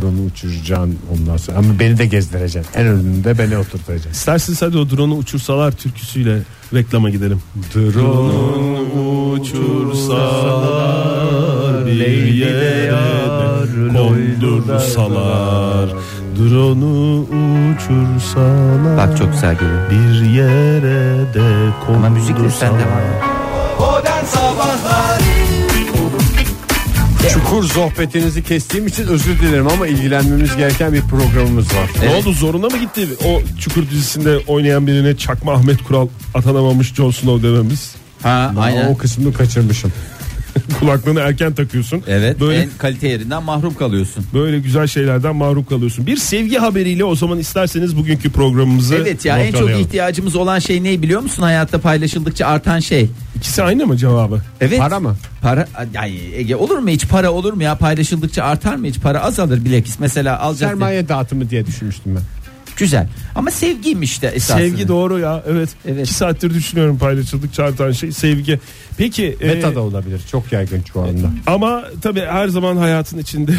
S10: Drone'u uçuracaksın ondan sonra. Ama beni de gezdireceksin. En önünde beni oturtacaksın.
S4: İsterseniz hadi o drone'u uçursalar türküsüyle reklama gidelim. Drone uçursalar bir yere kondursalar. Drone'u uçursalar
S3: Bak çok güzel geliyor.
S4: bir yere de
S3: Ama müzikle sen de var.
S12: Modern Sabahlar
S2: Çukur sohbetinizi kestiğim için özür dilerim ama ilgilenmemiz gereken bir programımız var.
S4: Ne oldu zoruna mı gitti o Çukur dizisinde oynayan birine Çakma Ahmet Kural atanamamış Jon Snow dememiz?
S3: Ha aynen.
S10: O kısmını kaçırmışım.
S4: Kulaklığını erken takıyorsun.
S3: Evet
S4: Böyle
S3: en kalite yerinden mahrum kalıyorsun.
S4: böyle güzel şeylerden mahrum kalıyorsun. Bir sevgi haberiyle o zaman isterseniz bugünkü programımızı
S3: Evet ya en çok
S4: noktalayalım.
S3: ihtiyacımız olan şey ne biliyor musun? Hayatta paylaşıldıkça artan şey.
S4: İkisi aynı mı cevabı?
S3: Evet.
S10: Para mı?
S3: Para ay, Ege olur mu hiç para olur mu ya paylaşıldıkça artar mı hiç para azalır bilekis mesela alacak
S10: Sermaye dağıtımı diye düşünmüştüm ben.
S3: güzel ama sevgiymiş de esasında.
S4: Sevgi doğru ya evet.
S3: Evet.
S4: İki saattir düşünüyorum paylaşıldıkça artan şey sevgi. Peki e,
S10: Meta da olabilir. Çok yaygın şu anda.
S4: ama tabii her zaman hayatın içinde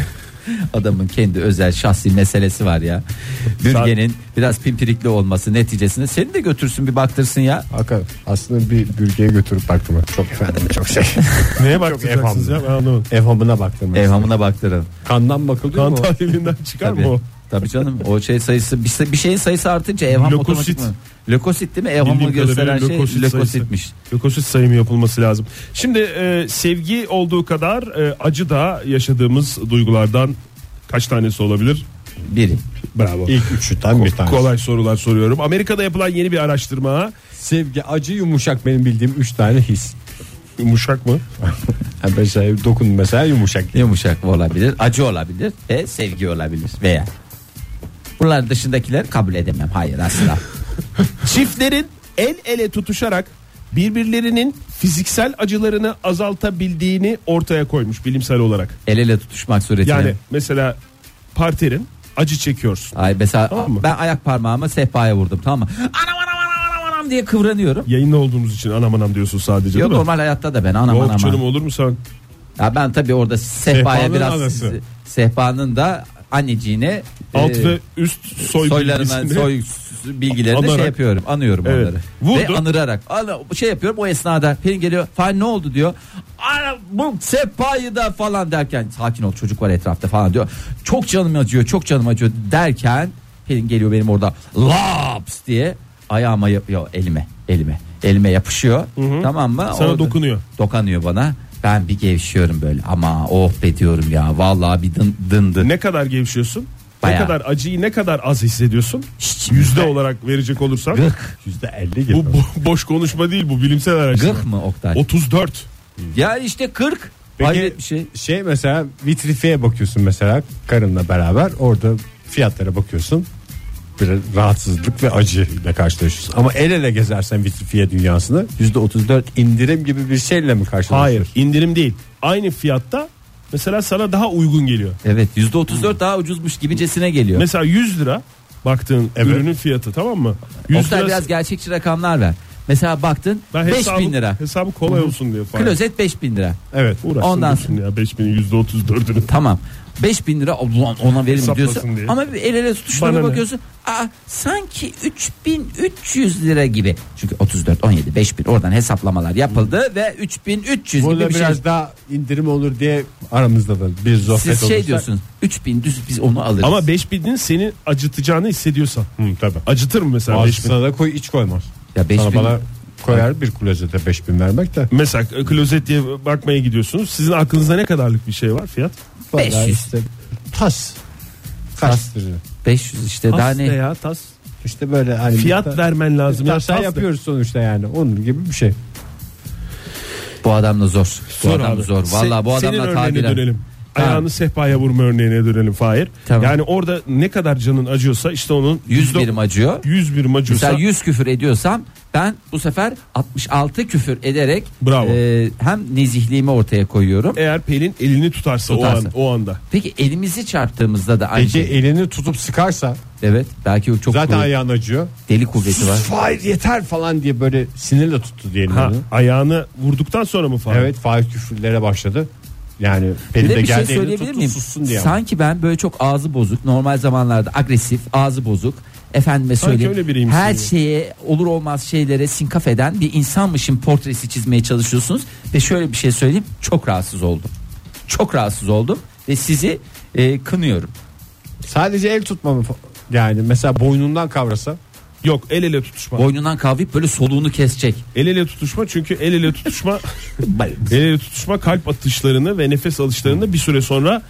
S3: adamın kendi özel şahsi meselesi var ya. Bürgenin biraz pimpirikli olması neticesinde seni de götürsün bir baktırsın ya.
S10: Hakikaten aslında bir bürgeye götürüp baktım. Çok efendim çok şey.
S4: neye baktıracaksınız ya
S10: evhamlı.
S4: ben anlamadım.
S10: Evhamına baktım.
S3: Evhamına baktırın.
S10: Kandan bakılıyor
S4: Kan
S10: mu?
S4: tahlilinden çıkar
S3: Tabii.
S4: mı o?
S3: Tabii canım o şey sayısı bir, bir şeyin sayısı artınca evham
S4: Lökosit.
S3: otomatik mi? Lökosit değil mi? Evhamı
S4: Bildiğim
S3: gösteren
S4: kadarıyla
S3: şey
S4: lökosit
S3: lökositmiş.
S4: sayısı. Lökosit sayımı yapılması lazım. Şimdi e, sevgi olduğu kadar e, acı da yaşadığımız duygulardan kaç tanesi olabilir?
S3: Biri.
S4: Bravo.
S10: İlk üçü tam bir tane.
S4: Kolay sorular soruyorum. Amerika'da yapılan yeni bir araştırma
S10: Sevgi, acı, yumuşak benim bildiğim üç tane his.
S4: yumuşak mı?
S10: Yani mesela dokun mesela yumuşak.
S3: Yumuşak olabilir, acı olabilir ve sevgi olabilir veya. Bunlar dışındakiler kabul edemem. Hayır asla.
S4: Çiftlerin el ele tutuşarak birbirlerinin fiziksel acılarını azaltabildiğini ortaya koymuş bilimsel olarak.
S3: El ele tutuşmak suretiyle.
S4: Yani mesela parterin acı çekiyorsun.
S3: Ay mesela
S4: Tamam mı?
S3: ben ayak parmağımı sehpaya vurdum tamam mı? Anam anam anam anam, anam diye kıvranıyorum.
S4: Yayında olduğumuz için anam anam diyorsun sadece
S3: Yok
S4: değil mi?
S3: normal hayatta da ben anam
S4: Yok
S3: anam.
S4: canım olur mu sen?
S3: Ya ben tabii orada sehpaya
S10: Sehpanın
S3: biraz
S10: anası.
S3: sehpanın da anneciğine
S4: Alt
S3: e,
S4: ve üst soy
S3: soylarına
S4: bilgisini-
S3: soy s- bilgilerini şey
S4: Anarak.
S3: yapıyorum anıyorum
S4: Evet.
S3: onları
S4: Vurdu.
S3: ve anırarak Ana, şey yapıyorum o esnada Pelin geliyor falan ne oldu diyor Ana, bu sehpayı da falan derken sakin ol çocuk var etrafta falan diyor çok canım acıyor çok canım acıyor derken Pelin geliyor benim orada laps diye ayağıma yapıyor elime elime elime yapışıyor tamam mı
S4: Sana
S3: Orada-
S4: dokunuyor.
S3: dokanıyor bana ben bir gevşiyorum böyle ama oh be diyorum ya vallahi bir dın, dındı
S4: Ne kadar gevşiyorsun?
S3: Bayağı.
S4: Ne kadar acıyı ne kadar az hissediyorsun? Yüzde olarak verecek olursak.
S10: Yüzde elli gibi.
S4: Bu bo- boş konuşma değil bu bilimsel araştırma.
S3: gık mı Oktay
S4: 34.
S3: Ya işte 40.
S10: Peki-
S3: Hayret bir şey.
S10: Şey mesela vitrifiye bakıyorsun mesela karınla beraber orada fiyatlara bakıyorsun. Bir rahatsızlık ve acı ile karşılaşıyorsun. Ama el ele gezersen vitrifiye dünyasını %34 indirim gibi bir şeyle mi karşılaşıyorsun?
S4: Hayır indirim değil. Aynı fiyatta mesela sana daha uygun geliyor.
S3: Evet %34 daha ucuzmuş gibicesine geliyor.
S4: Mesela 100 lira baktığın ürünün fiyatı tamam mı? 100
S3: Oktay
S4: lira-
S3: biraz gerçekçi rakamlar ver. Mesela baktın
S4: ben
S3: 5000 lira.
S4: Hesabı kolay olsun diye falan.
S3: Klozet 5000 lira.
S4: Evet. Uğraşsın
S3: Ondan
S4: Ondan ya 5000'in %34'ünü.
S3: Tamam. 5000 lira Allah'ım ona verir mi diyorsun.
S4: Hesaplasın diye.
S3: Ama bir el ele tutuşlara
S4: Bana ne?
S3: bakıyorsun. Aa, sanki 3300 lira gibi. Çünkü 34, 17, 5000 oradan hesaplamalar yapıldı ve 3300
S10: Burada
S3: gibi bir
S10: biraz
S3: şey.
S10: daha indirim olur diye aramızda da bir sohbet
S3: Siz şey
S10: olursa-
S3: diyorsunuz 3000 düz biz onu alırız.
S4: Ama 5000'in seni acıtacağını hissediyorsan.
S10: Hı, tabii.
S4: Acıtır mı mesela 5000?
S10: Ağzına da koy iç koymaz.
S3: Ya beş
S10: Sana
S3: bin-
S10: bana koyar bir klozete 5000 vermek de.
S4: Mesela e, klozet diye bakmaya gidiyorsunuz. Sizin aklınızda ne kadarlık bir şey var fiyat?
S10: Vallahi
S3: 500.
S10: Işte, tas.
S3: Tas.
S10: Kaç lira?
S3: 500 işte daha
S4: Tas
S3: ne?
S4: ne ya tas.
S10: İşte böyle hani
S4: Fiyat
S10: miktar-
S4: vermen lazım. ya,
S10: miktar
S4: tas ne?
S10: yapıyoruz sonuçta yani. Onun gibi bir şey.
S3: Bu adam da zor. bu adam
S4: abi.
S3: da zor. Vallahi bu
S4: Se- senin
S3: adamla
S4: örneğine
S3: tabirler.
S4: dönelim.
S3: Tamam.
S4: Ayağını sehpaya vurma örneğine dönelim Fahir.
S3: Tamam.
S4: Yani orada ne kadar canın acıyorsa işte onun
S3: 100 birim acıyor.
S4: 100 birim acıyorsa
S3: Mesela 100 küfür ediyorsam ben bu sefer 66 küfür ederek
S4: Bravo. E-
S3: e, hem nezihliğimi ortaya koyuyorum.
S4: eğer Pelin elini tutarsa,
S3: Tutarsa.
S4: O, an, o anda.
S3: Peki elimizi çarptığımızda da aynı
S10: Peki
S4: e-
S3: şey.
S10: elini tutup sıkarsa
S3: Evet. Belki o çok
S10: zaten
S3: kuvvet-
S10: ayağın acıyor.
S3: deli kuvveti var.
S10: Fahir yeter falan diye böyle sinirle tuttu diyelim.
S4: Ha,
S10: onu.
S4: ayağını vurduktan sonra mı Fahir?
S10: Evet Fahir küfürlere başladı. Yani beni
S3: Bir de
S10: de
S3: bir şey
S10: geldi elini
S3: söyleyebilir
S10: tuttu
S3: miyim?
S10: sussun diye. ama.
S3: Sanki ben böyle çok ağzı bozuk, normal zamanlarda agresif, ağzı bozuk, efendime
S4: Sanki
S3: söyleyeyim.
S4: öyle biriymişsin
S3: her
S4: gibi.
S3: şeye olur olmaz şeylere sinkaf eden bir insanmışım portresi çizmeye çalışıyorsunuz ve şöyle bir şey söyleyeyim çok rahatsız oldum. Çok rahatsız oldum ve sizi e, kınıyorum.
S10: Sadece el tutmamı fa- yani mesela boynundan kavrasa
S4: Yok el ele tutuşma.
S3: Boynundan kavrayıp böyle soluğunu kesecek.
S4: El ele tutuşma çünkü el ele tutuşma el ele tutuşma kalp atışlarını ve nefes alışlarını bir süre sonra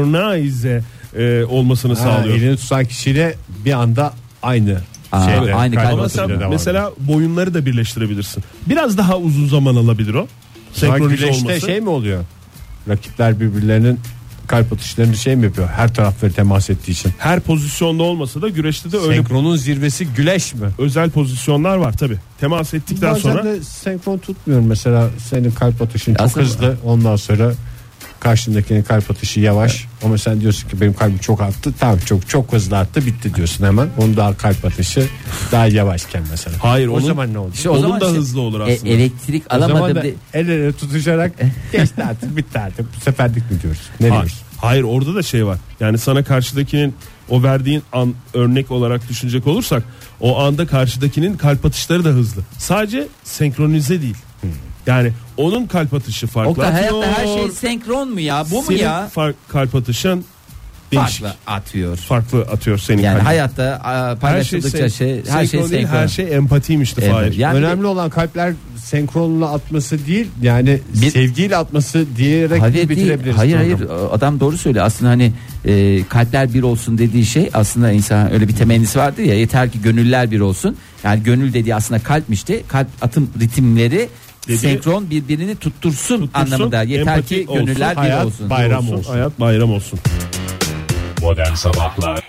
S4: senkronize e, olmasını
S2: Ha,
S4: sağlıyor.
S2: elini tutan kişiyle bir anda aynı
S3: Aa,
S2: şeyde.
S3: aynı
S2: kalp
S4: Ama
S3: kalp
S2: atışıyla
S4: sen
S2: devam ediyor.
S4: mesela boyunları da birleştirebilirsin. Biraz daha uzun zaman alabilir o.
S2: Sanki
S4: Senkronize
S2: güreşte
S4: olması.
S2: şey mi oluyor? Rakipler birbirlerinin kalp atışlarını şey mi yapıyor? Her tarafları temas ettiği için.
S4: Her pozisyonda olmasa da güreşte de öyle
S2: Senkronun zirvesi güleş mi?
S4: özel pozisyonlar var tabi. Temas ettikten
S2: Bazen
S4: sonra
S2: de senkron tutmuyorum mesela senin kalp atışın çok
S3: Aslında-
S2: hızlı ondan sonra karşındakinin kalp atışı yavaş ama sen diyorsun ki benim kalbim çok arttı tamam çok çok hızlı arttı bitti diyorsun hemen onun daha kalp atışı daha yavaşken mesela.
S4: Hayır,
S2: o
S4: onun-
S2: zaman ne oldu?
S3: İşte
S4: Onun
S3: zaman
S4: da hızlı olur
S3: e,
S4: aslında.
S3: elektrik
S2: O zaman
S3: alamadım.
S2: da
S3: de-
S2: el ele tutuşarak geçti artık bitti artık bu seferlik mi diyoruz? Ne
S4: Hayır.
S2: diyoruz?
S4: Hayır orada da şey var. Yani sana karşıdakinin o verdiğin an örnek olarak düşünecek olursak o anda karşıdakinin kalp atışları da hızlı. Sadece senkronize değil.
S2: Hmm.
S4: Yani onun kalp atışı farklı.
S3: Oktay hayatta her
S4: atıyor,
S3: şey senkron mu ya? Bu mu
S4: senin
S3: ya?
S4: fark- kalp atışın değişik.
S3: Farklı
S4: Farklı.
S3: atıyor.
S4: atıyor senin
S3: Yani
S4: kalbin.
S3: hayatta a, paylaşıldıkça şey, her şey
S4: senkron değil,
S3: senkron.
S4: her şey empatiymişti
S3: Evet,
S4: Fahir.
S3: yani-
S2: Önemli olan kalpler senkronla atması değil yani
S3: Bir-
S2: sevgiyle atması diyerek
S3: Hayır
S2: bitirebiliriz.
S3: değil. Hayır
S2: programı.
S3: hayır adam doğru söylüyor. Aslında hani e, kalpler bir olsun dediği şey aslında insan öyle bir temennisi vardır ya yeter ki gönüller bir olsun. Yani gönül dediği aslında kalpmişti. Kalp atım ritimleri
S4: Dediği-
S3: senkron birbirini tuttursun,
S4: Tuttursun,
S3: anlamında. Yeter ki
S4: empati olsun,
S3: gönüller
S2: hayat
S3: bir olsun.
S2: bayram
S4: olsun,
S2: olsun.
S4: Hayat bayram olsun.
S13: Modern Sabahlar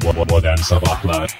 S13: Bo- bo- Modern Sabahlar